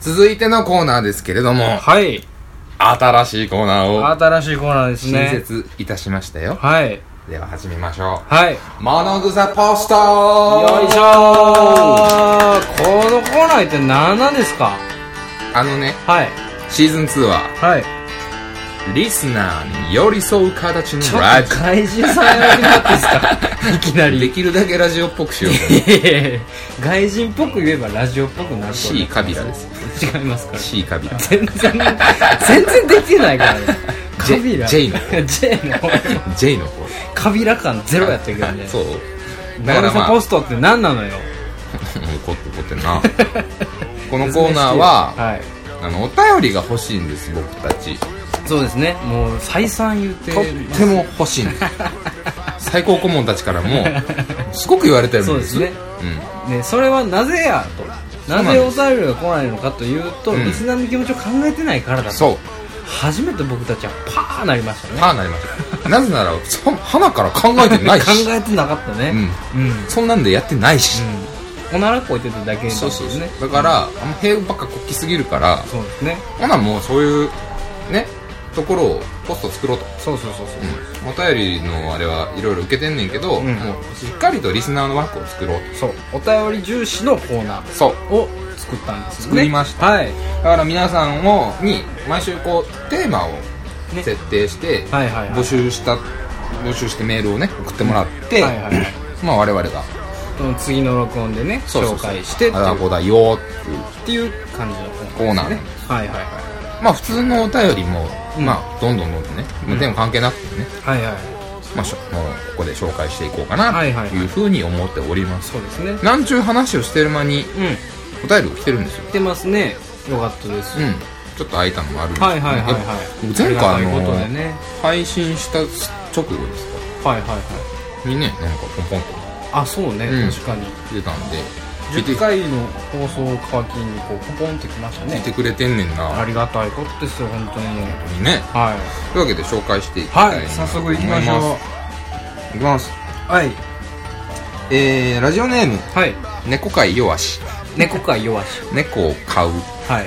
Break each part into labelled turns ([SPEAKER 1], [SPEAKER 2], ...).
[SPEAKER 1] 続いてのコーナーですけれども、
[SPEAKER 2] はい。
[SPEAKER 1] 新しいコーナーを
[SPEAKER 2] 新しいコーナーです
[SPEAKER 1] 新
[SPEAKER 2] ね。
[SPEAKER 1] 設いたしましたよ。
[SPEAKER 2] はい。
[SPEAKER 1] では始めましょ
[SPEAKER 2] はい。よ
[SPEAKER 1] う。モノグザポストよ
[SPEAKER 2] いしょーこのコーナーって何なんですか
[SPEAKER 1] あのね、
[SPEAKER 2] はい。
[SPEAKER 1] シーズン2は、
[SPEAKER 2] はい。
[SPEAKER 1] リスナーに寄り添う形
[SPEAKER 2] ち
[SPEAKER 1] の
[SPEAKER 2] ょ
[SPEAKER 1] ラ
[SPEAKER 2] っ
[SPEAKER 1] ジ
[SPEAKER 2] と怪獣さんやりなってですかいきな
[SPEAKER 1] オ。
[SPEAKER 2] り。
[SPEAKER 1] できるだけラジオっぽくしようと思っ
[SPEAKER 2] 外人っぽく言えばラジオっぽくなる
[SPEAKER 1] て。C カビラです。
[SPEAKER 2] 違いますから
[SPEAKER 1] C カビラ。
[SPEAKER 2] 全然全然できてないからねカ
[SPEAKER 1] J-
[SPEAKER 2] ビラ
[SPEAKER 1] J の
[SPEAKER 2] J の
[SPEAKER 1] J の方。
[SPEAKER 2] カビラ感ゼロやったけどね
[SPEAKER 1] そう。だ
[SPEAKER 2] だ
[SPEAKER 1] か
[SPEAKER 2] からら
[SPEAKER 1] まあ、
[SPEAKER 2] ポストって何なのよ
[SPEAKER 1] 怒って怒って んな。このコーナーは、
[SPEAKER 2] はい
[SPEAKER 1] あの、お便りが欲しいんです、僕たち。
[SPEAKER 2] そうですねもう再三言って
[SPEAKER 1] とっても欲しい んです最高顧問たちからもすごく言われたよ
[SPEAKER 2] そうですね
[SPEAKER 1] うん
[SPEAKER 2] ねそれはなぜやとなぜお便りが来ないのかというと、
[SPEAKER 1] うん
[SPEAKER 2] リスナーの気持ちを考えてないからだと
[SPEAKER 1] そう
[SPEAKER 2] 初めて僕たちはパーなりましたね
[SPEAKER 1] パーなりましたなぜならそ花から考えてない
[SPEAKER 2] 考
[SPEAKER 1] し、
[SPEAKER 2] えてなかったねうん、うん
[SPEAKER 1] そんなんでやってないし、
[SPEAKER 2] おならこいてただけなんです
[SPEAKER 1] そう
[SPEAKER 2] ね
[SPEAKER 1] そうそうだからあんま平ばっかこきすぎるから
[SPEAKER 2] そうですね
[SPEAKER 1] ほなもうそういうねところをポスト作ろうと、
[SPEAKER 2] そうそうそうそう、
[SPEAKER 1] うん、お便りのあれはいろいろ受けてんねんけど、
[SPEAKER 2] ん
[SPEAKER 1] もうしっかりとリスナーの枠を作ろう
[SPEAKER 2] そうお便り重視のコーナ
[SPEAKER 1] とそう
[SPEAKER 2] ーを作ったんですよね
[SPEAKER 1] 作りました
[SPEAKER 2] はい、
[SPEAKER 1] だから皆さんをに毎週こうテーマを
[SPEAKER 2] ね
[SPEAKER 1] 設定して、
[SPEAKER 2] はいはいはい
[SPEAKER 1] 募集した募集してメールをね送ってもらって、
[SPEAKER 2] はいはいはい
[SPEAKER 1] まあ我々が
[SPEAKER 2] その次の録音でね
[SPEAKER 1] そうそう
[SPEAKER 2] 紹
[SPEAKER 1] そう
[SPEAKER 2] 介してって
[SPEAKER 1] ああ
[SPEAKER 2] いう
[SPEAKER 1] こうだよっていう
[SPEAKER 2] っていう感じのコーナー
[SPEAKER 1] コーナーね
[SPEAKER 2] はいはいは
[SPEAKER 1] まあ普通のお便りも、
[SPEAKER 2] うん
[SPEAKER 1] まあどんどんどんどんね、まあでも関係なくてもね、
[SPEAKER 2] いはいはい
[SPEAKER 1] まあ、しょもうここで紹介していこうかなと
[SPEAKER 2] はいはいはい
[SPEAKER 1] いうふうに思っております、
[SPEAKER 2] そうですね
[SPEAKER 1] なんちゅう話をしてる間に
[SPEAKER 2] うん
[SPEAKER 1] お便りが来てるんですよ
[SPEAKER 2] 来てますねよかったです、
[SPEAKER 1] うんちょっと空いたのもあるんですけど、
[SPEAKER 2] はいはいはいは
[SPEAKER 1] やっ
[SPEAKER 2] い
[SPEAKER 1] ぱ前回あ
[SPEAKER 2] ありがたい
[SPEAKER 1] の
[SPEAKER 2] ことでね
[SPEAKER 1] 配信した直後ですか
[SPEAKER 2] はいはいはい
[SPEAKER 1] にねなんかポンポンと
[SPEAKER 2] あそうね、
[SPEAKER 1] うん
[SPEAKER 2] 確かに
[SPEAKER 1] 出たんで聞いて
[SPEAKER 2] 10回の放送を皮切りにこうポンポンってきました
[SPEAKER 1] 聞いて
[SPEAKER 2] ね
[SPEAKER 1] くれてんねん
[SPEAKER 2] あ
[SPEAKER 1] な
[SPEAKER 2] りがたいことですよ本当にもう
[SPEAKER 1] 本当にね
[SPEAKER 2] はい
[SPEAKER 1] というわけで紹介していきたい
[SPEAKER 2] は、
[SPEAKER 1] ないと
[SPEAKER 2] 早速行きまし
[SPEAKER 1] 思い
[SPEAKER 2] ょ
[SPEAKER 1] すいきます
[SPEAKER 2] う。はい。
[SPEAKER 1] えー、ラジオネーム
[SPEAKER 2] はい。
[SPEAKER 1] 猫飼い弱し
[SPEAKER 2] 猫か弱し。
[SPEAKER 1] 猫を飼う
[SPEAKER 2] は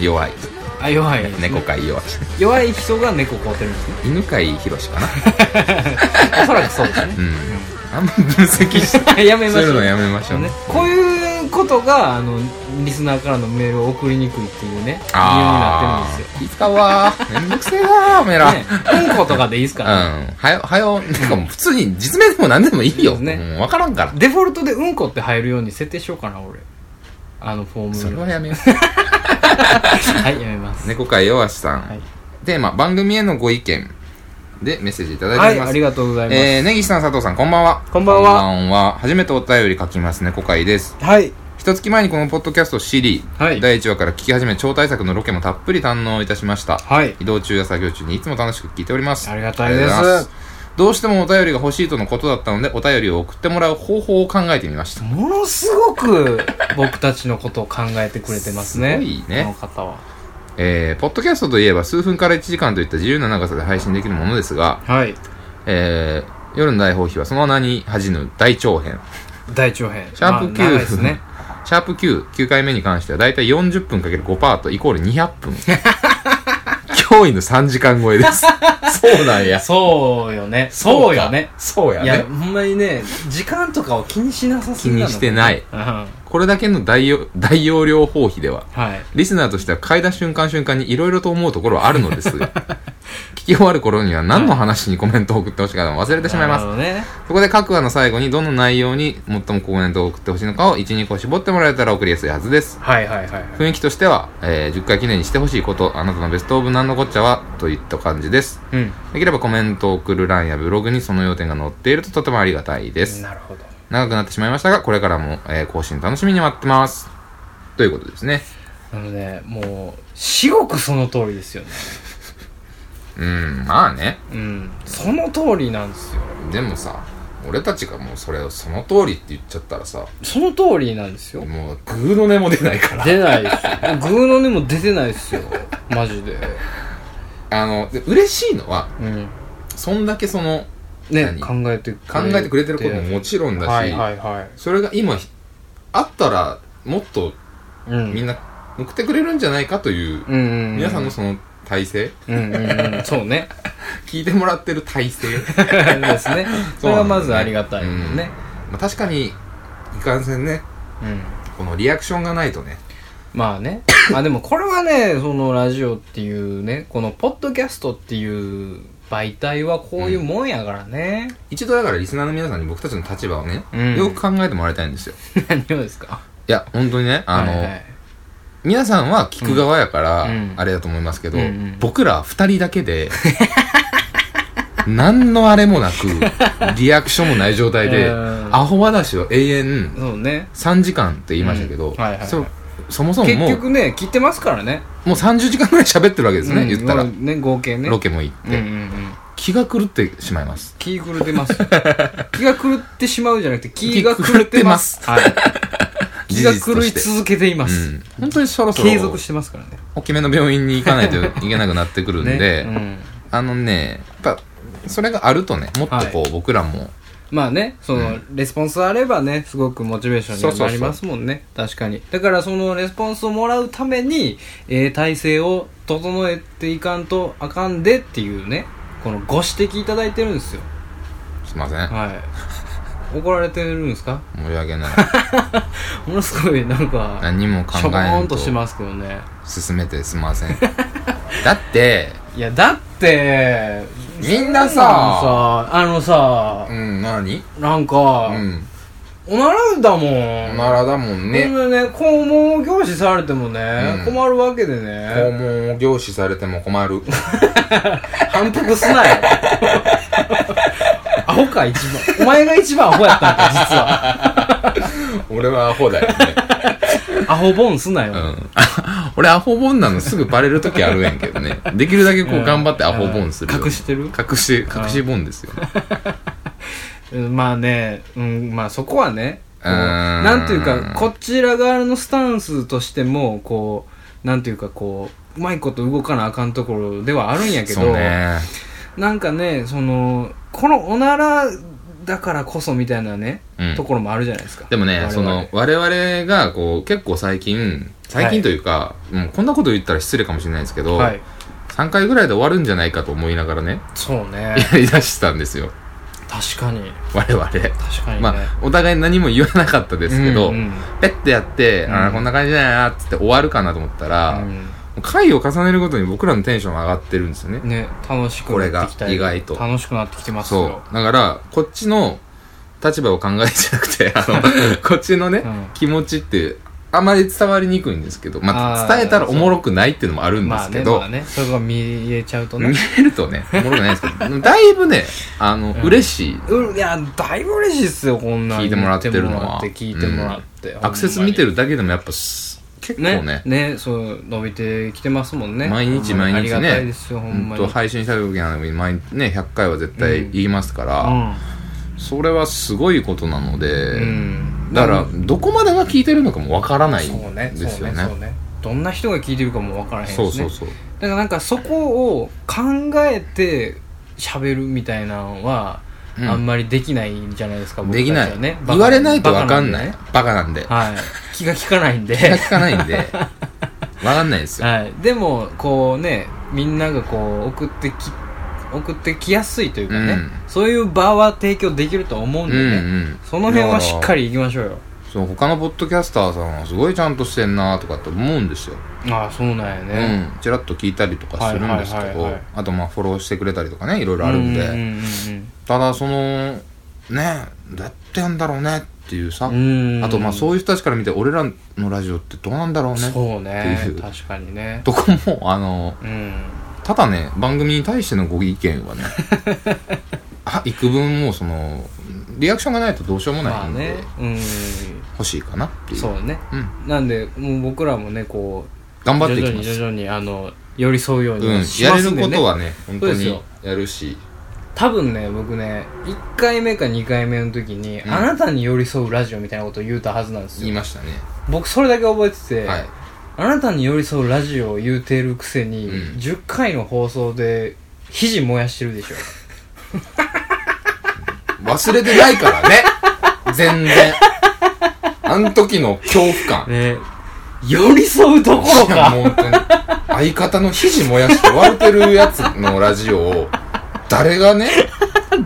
[SPEAKER 2] い。
[SPEAKER 1] 弱い
[SPEAKER 2] あ、弱いですね、
[SPEAKER 1] 猫飼い弱 し
[SPEAKER 2] 弱い人が猫飼ってる んですね。
[SPEAKER 1] 犬飼い広しか な
[SPEAKER 2] おそらくそうですね
[SPEAKER 1] う。んあんま分析し
[SPEAKER 2] やめましょ
[SPEAKER 1] す
[SPEAKER 2] う。
[SPEAKER 1] るのやめましょうね
[SPEAKER 2] ね、こういうことがあのリスナーからのメールを送りにくいっていうね理由になってるんです
[SPEAKER 1] ー気使う わーめんどくせえわーおめえら、
[SPEAKER 2] よ、ね、うんことかでいいです
[SPEAKER 1] うん
[SPEAKER 2] から、
[SPEAKER 1] はよはよなんかもう普通に実名でも何でもいいよ
[SPEAKER 2] そうですね
[SPEAKER 1] もう分からんから
[SPEAKER 2] デフォルトでうんこって入るように設定しようかな俺あのフォーム
[SPEAKER 1] それは
[SPEAKER 2] は
[SPEAKER 1] やめよ
[SPEAKER 2] いやめます、
[SPEAKER 1] う猫飼い弱しさん、
[SPEAKER 2] はい、
[SPEAKER 1] テーマ番組へのご意見でメッセージいただい
[SPEAKER 2] は
[SPEAKER 1] ており
[SPEAKER 2] い、
[SPEAKER 1] ます、
[SPEAKER 2] ありがとうございます、
[SPEAKER 1] えー、根岸さん佐藤さんこんばんは
[SPEAKER 2] こんばんは
[SPEAKER 1] こんばんは初めてお便り書きます猫会です
[SPEAKER 2] はい
[SPEAKER 1] 一月前にこのポッドキャストを知り、
[SPEAKER 2] はい
[SPEAKER 1] 第1話から聞き始め超大作のロケもたっぷり堪能いたしました、
[SPEAKER 2] はい
[SPEAKER 1] 移動中や作業中にいつも楽しく聞いております
[SPEAKER 2] ありがたいです
[SPEAKER 1] ありがとうございますどうしてもお便りが欲しいとのことだったのでお便りを送ってもらう方法を考えてみました
[SPEAKER 2] ものすごく僕たちのことを考えてくれてますね。
[SPEAKER 1] すごいね
[SPEAKER 2] この方は。
[SPEAKER 1] えー、ポッドキャストといえば数分から1時間といった自由な長さで配信できるものですが、
[SPEAKER 2] はい。
[SPEAKER 1] えー、夜の大放棄はその名に恥じぬ大長編
[SPEAKER 2] 大長編。
[SPEAKER 1] シャープ
[SPEAKER 2] まあ
[SPEAKER 1] Q、
[SPEAKER 2] 長いですね。
[SPEAKER 1] シャープ9、9回目に関しては、だいたい40分かける5パートイコール200分。 驚異の3時間超えです。そうなんや。
[SPEAKER 2] そうよね。そうよね。
[SPEAKER 1] そうや
[SPEAKER 2] いや、
[SPEAKER 1] ね
[SPEAKER 2] ほ。んまにね、時間とかを気にしなさすぎなの
[SPEAKER 1] 気にしてない
[SPEAKER 2] うん。は
[SPEAKER 1] これだけの大容大容量放費では、
[SPEAKER 2] い。
[SPEAKER 1] リスナーとしては嗅いだ瞬間瞬間にいろいろと思うところはあるの ですが、聞き終わる頃には何の話にコメントを送ってほしいか忘れてしまいます
[SPEAKER 2] なる。ほどね。
[SPEAKER 1] そこで各話の最後にどの内容に最もコメントを送ってほしいのかを1、2個絞ってもらえたら送りやすいはずです。
[SPEAKER 2] はいはいはいはい。
[SPEAKER 1] 雰囲気としては、えー10回記念にしてほしいこと、あなたのベストオブなんのこっちゃは、といった感じです。
[SPEAKER 2] うん。
[SPEAKER 1] できればコメントを送る欄やブログにその要点が載っているととてもありがたいです。
[SPEAKER 2] なるほど。
[SPEAKER 1] 長くなってしまいましたが、これからも、えー更新楽しみに待ってます。ということですね。
[SPEAKER 2] なので、もう、至極その通りですよね。
[SPEAKER 1] うん、まあね。
[SPEAKER 2] うん。その通りなんですよ。
[SPEAKER 1] でもさ、俺たちがもうそれをその通りって言っちゃったらさ、
[SPEAKER 2] その通りなんですよ。
[SPEAKER 1] もうグーの音も出ないから。
[SPEAKER 2] 出ないですよ。グーの音も出てないですよ。マジで。
[SPEAKER 1] あの、で嬉しいのは、
[SPEAKER 2] うん。
[SPEAKER 1] そんだけその、
[SPEAKER 2] ね、考
[SPEAKER 1] 何
[SPEAKER 2] えて考
[SPEAKER 1] 考えてくれてることももちろんだし、
[SPEAKER 2] はいはいはい、
[SPEAKER 1] それが今、あったら、もっと
[SPEAKER 2] うん、
[SPEAKER 1] みんな送ってくれるんじゃないかという、
[SPEAKER 2] うんうんうん
[SPEAKER 1] 皆さんのその体制、
[SPEAKER 2] うんうんうんそうね
[SPEAKER 1] 聞いてもらってる体 制。
[SPEAKER 2] ですねそれはまずありがたいもんね
[SPEAKER 1] まあ、確かに、いかんせんね、
[SPEAKER 2] うん
[SPEAKER 1] このリアクションがないとね。
[SPEAKER 2] まあねあでもこれはねそのラジオっていうねこのポッドキャストっていう媒体はこういうもんやからね、
[SPEAKER 1] 一度だからリスナーの皆さんに僕たちの立場をね、
[SPEAKER 2] うん
[SPEAKER 1] よく考えてもらいたいんですよ。
[SPEAKER 2] 何をですか
[SPEAKER 1] いや、本当にね、あの、
[SPEAKER 2] はいはい
[SPEAKER 1] 皆さんは聞く側やから、
[SPEAKER 2] うん
[SPEAKER 1] あれだと思いますけど、
[SPEAKER 2] うんうん
[SPEAKER 1] 僕ら二人だけで、 何のあれもなく、リアクションもない状態で、
[SPEAKER 2] うん
[SPEAKER 1] アホ話を永遠
[SPEAKER 2] そうね
[SPEAKER 1] 3時間って言いましたけど、
[SPEAKER 2] うんはいはいはい
[SPEAKER 1] そそもそも
[SPEAKER 2] 結
[SPEAKER 1] もうも
[SPEAKER 2] 局ね切ってますからね
[SPEAKER 1] う30時間ぐらい喋ってるわけですね、
[SPEAKER 2] うん
[SPEAKER 1] 言ったら、
[SPEAKER 2] ね合計ね
[SPEAKER 1] ロケも行って、
[SPEAKER 2] うんうんうん
[SPEAKER 1] 気が狂ってしまいます
[SPEAKER 2] 気狂ってます気が狂ってしまうじゃなくて気が狂ってます
[SPEAKER 1] 気
[SPEAKER 2] はい気が
[SPEAKER 1] 事実と
[SPEAKER 2] 狂い
[SPEAKER 1] して
[SPEAKER 2] 続けています、
[SPEAKER 1] うん、本当にそろそろ
[SPEAKER 2] 継続してますからね
[SPEAKER 1] 大きめの病院に行かないと いけなくなってくるんで、
[SPEAKER 2] うん
[SPEAKER 1] あのねやっぱそれがあるとねもっとこう、僕らも
[SPEAKER 2] まあね、その、レスポンスあればね、すごくモチベーションには
[SPEAKER 1] そうそうそう
[SPEAKER 2] なりますもんね。確かに。だからそのレスポンスをもらうために、えー体制を整えていかんとあかんでっていうね、このご指摘いただいてるんですよ。
[SPEAKER 1] すいません、
[SPEAKER 2] はい。怒られてるんですか
[SPEAKER 1] 申し訳ない
[SPEAKER 2] ものすごいなんか、
[SPEAKER 1] 何も考
[SPEAKER 2] しょぼ
[SPEAKER 1] え
[SPEAKER 2] ー
[SPEAKER 1] ん
[SPEAKER 2] んと
[SPEAKER 1] と
[SPEAKER 2] してますけどね。
[SPEAKER 1] 進めてすいませんだって
[SPEAKER 2] いや、だって、
[SPEAKER 1] みんなさ
[SPEAKER 2] そんなんさあのさ、
[SPEAKER 1] うん何
[SPEAKER 2] なんか、
[SPEAKER 1] うん
[SPEAKER 2] おならだもん。
[SPEAKER 1] おならだもんね
[SPEAKER 2] ね、んね、肛門を凝視されてもね、
[SPEAKER 1] うん
[SPEAKER 2] 困るわけで
[SPEAKER 1] 肛
[SPEAKER 2] ね、
[SPEAKER 1] 門を凝視されても困る
[SPEAKER 2] 反復す なよ。アホか、一番。お前が一番アホやったんか、実は。
[SPEAKER 1] 俺はアホだよね、
[SPEAKER 2] アホボンすなよ。
[SPEAKER 1] うん、俺アホボンなのすぐバレる時あるやんけどねできるだけこう頑張ってアホボンするように
[SPEAKER 2] 隠してる
[SPEAKER 1] 隠し隠しボンですよ
[SPEAKER 2] うんまあね、うん、まあそこはね、こう
[SPEAKER 1] うーん
[SPEAKER 2] なんていうか、こちら側のスタンスとしても、こう、なんていうか、こう、うまいこと動かなあかんところではあるんやけど、
[SPEAKER 1] そうね
[SPEAKER 2] なんかね、その、このおならだからこそみたいなね、
[SPEAKER 1] うん
[SPEAKER 2] ところもあるじゃないですか。
[SPEAKER 1] でも
[SPEAKER 2] 我
[SPEAKER 1] ね
[SPEAKER 2] 々
[SPEAKER 1] その我々がこう結構最近最近というか、うんこんなこと言ったら失礼かもしれないですけど、
[SPEAKER 2] はい。
[SPEAKER 1] 3回ぐらいで終わるんじゃないかと思いながらね
[SPEAKER 2] そうね。
[SPEAKER 1] やりだしたんですよ
[SPEAKER 2] 確かに。
[SPEAKER 1] 我々
[SPEAKER 2] 確かにね。
[SPEAKER 1] まあお互い何も言わなかったですけど、
[SPEAKER 2] うんうん
[SPEAKER 1] ペッてやって、あ
[SPEAKER 2] う
[SPEAKER 1] あ
[SPEAKER 2] ん
[SPEAKER 1] こんな感じだなっつって終わるかなと思ったら、も
[SPEAKER 2] うん
[SPEAKER 1] う回を重ねるごとに僕らのテンションが上がってるんですよね、
[SPEAKER 2] ね、楽しくなってきたり
[SPEAKER 1] これが意外と
[SPEAKER 2] 楽しくなってきてます
[SPEAKER 1] そ
[SPEAKER 2] よ。
[SPEAKER 1] うだからこっちの立場を考えじゃなくてあのこっちのね、
[SPEAKER 2] うん
[SPEAKER 1] 気持ちってあまり伝わりにくいんですけど、ま
[SPEAKER 2] あ
[SPEAKER 1] あ、
[SPEAKER 2] ー
[SPEAKER 1] 伝えたらおもろくないっていうのもあるんで
[SPEAKER 2] まあ
[SPEAKER 1] すけ
[SPEAKER 2] ね、
[SPEAKER 1] ど、
[SPEAKER 2] まあね、それが見えちゃうとね
[SPEAKER 1] 見。えると ねおもろくないですけどでもだいぶねあの、嬉しいう
[SPEAKER 2] いや、だいぶ嬉しいっすよ、こんなん
[SPEAKER 1] 聞いてもらってるのは
[SPEAKER 2] 言ってもらって聞いてもらって。
[SPEAKER 1] アクセス見て
[SPEAKER 2] る。
[SPEAKER 1] るだけでもやっぱす結構ね
[SPEAKER 2] ね、ね、そう、伸びてきてますもんね。
[SPEAKER 1] 毎日毎日ね
[SPEAKER 2] ありがたいですよ、ほんま
[SPEAKER 1] ほんと
[SPEAKER 2] に。
[SPEAKER 1] 配信した時なのに毎日ね100回は絶対言いますから、それはすごいことなので、
[SPEAKER 2] うん。うん。
[SPEAKER 1] だからどこまでが聞いてるのかもわからない
[SPEAKER 2] そうね、
[SPEAKER 1] ん
[SPEAKER 2] そう
[SPEAKER 1] ですよ
[SPEAKER 2] ね、そう
[SPEAKER 1] ね
[SPEAKER 2] ね。どんな人が聞いてるかもわからへんしね。
[SPEAKER 1] そうそうそう
[SPEAKER 2] だからなんかそこを考えて喋るみたいなのは、
[SPEAKER 1] うん
[SPEAKER 2] あんまりできないんじゃないですか僕た
[SPEAKER 1] で
[SPEAKER 2] ち
[SPEAKER 1] き
[SPEAKER 2] は
[SPEAKER 1] ない、
[SPEAKER 2] ねバカ
[SPEAKER 1] 言われないとわかんない
[SPEAKER 2] バ
[SPEAKER 1] バカなんで
[SPEAKER 2] カなんでねはい、気が利かな いんで、
[SPEAKER 1] 気が利かない んでわかんないですよ
[SPEAKER 2] はい、でもこうねみんながこう送ってき送ってきやすいというかね、
[SPEAKER 1] うん
[SPEAKER 2] そういう場は提供できると思うんでね、
[SPEAKER 1] うんうん
[SPEAKER 2] その辺はしっかりいきましょうよ
[SPEAKER 1] そう他のポッドキャスターさんはすごいちゃんとしてんなとかって思うんですよ、
[SPEAKER 2] ああそうなんやね、
[SPEAKER 1] うんちらっと聞いたりとかするんですけど、
[SPEAKER 2] はいはいはいはい
[SPEAKER 1] あとまあフォローしてくれたりとかねいろいろ
[SPEAKER 2] う
[SPEAKER 1] ある
[SPEAKER 2] うん
[SPEAKER 1] で、
[SPEAKER 2] ん
[SPEAKER 1] ただそのねどうやってやんだろうねっていうさ、
[SPEAKER 2] うんうんうん
[SPEAKER 1] あとまあそういう人たちから見て俺らのラジオってどうなんだろうね
[SPEAKER 2] そうね
[SPEAKER 1] っていう
[SPEAKER 2] 確かにね
[SPEAKER 1] とこもあの
[SPEAKER 2] うん
[SPEAKER 1] ただね番組に対してのご意見 はねあ幾分もうそのリアクションがないとどうしようも
[SPEAKER 2] ま
[SPEAKER 1] な
[SPEAKER 2] あ
[SPEAKER 1] いんで、
[SPEAKER 2] ねうん
[SPEAKER 1] 欲しいかなっていう
[SPEAKER 2] そうね
[SPEAKER 1] うん、
[SPEAKER 2] なんでもう僕らもねこ
[SPEAKER 1] 頑
[SPEAKER 2] う
[SPEAKER 1] 張って
[SPEAKER 2] 徐
[SPEAKER 1] いき
[SPEAKER 2] 々に
[SPEAKER 1] ます
[SPEAKER 2] 徐々にあの寄り添うように
[SPEAKER 1] うん
[SPEAKER 2] はし
[SPEAKER 1] や
[SPEAKER 2] ま
[SPEAKER 1] れ
[SPEAKER 2] す
[SPEAKER 1] る
[SPEAKER 2] んで
[SPEAKER 1] こ
[SPEAKER 2] ね、
[SPEAKER 1] とはね本当
[SPEAKER 2] そうです
[SPEAKER 1] に
[SPEAKER 2] よ
[SPEAKER 1] やるし
[SPEAKER 2] 多分ね僕ね1回目か2回目の時に、
[SPEAKER 1] ん
[SPEAKER 2] あなたに寄り添うラジオみたいなことを言うたはずなんです
[SPEAKER 1] 言い
[SPEAKER 2] よ
[SPEAKER 1] ましたね
[SPEAKER 2] 僕それだけ覚えてて、
[SPEAKER 1] はい
[SPEAKER 2] あなたに寄り添うラジオを言うてるくせに、
[SPEAKER 1] うん
[SPEAKER 2] 10回の放送で肘燃やしてるでしょ
[SPEAKER 1] 忘れてない からね全然あん時の恐怖感
[SPEAKER 2] ね寄り添うどころ
[SPEAKER 1] いや
[SPEAKER 2] か
[SPEAKER 1] もう本当に相方の肘燃やして笑ってるやつのラジオを誰がね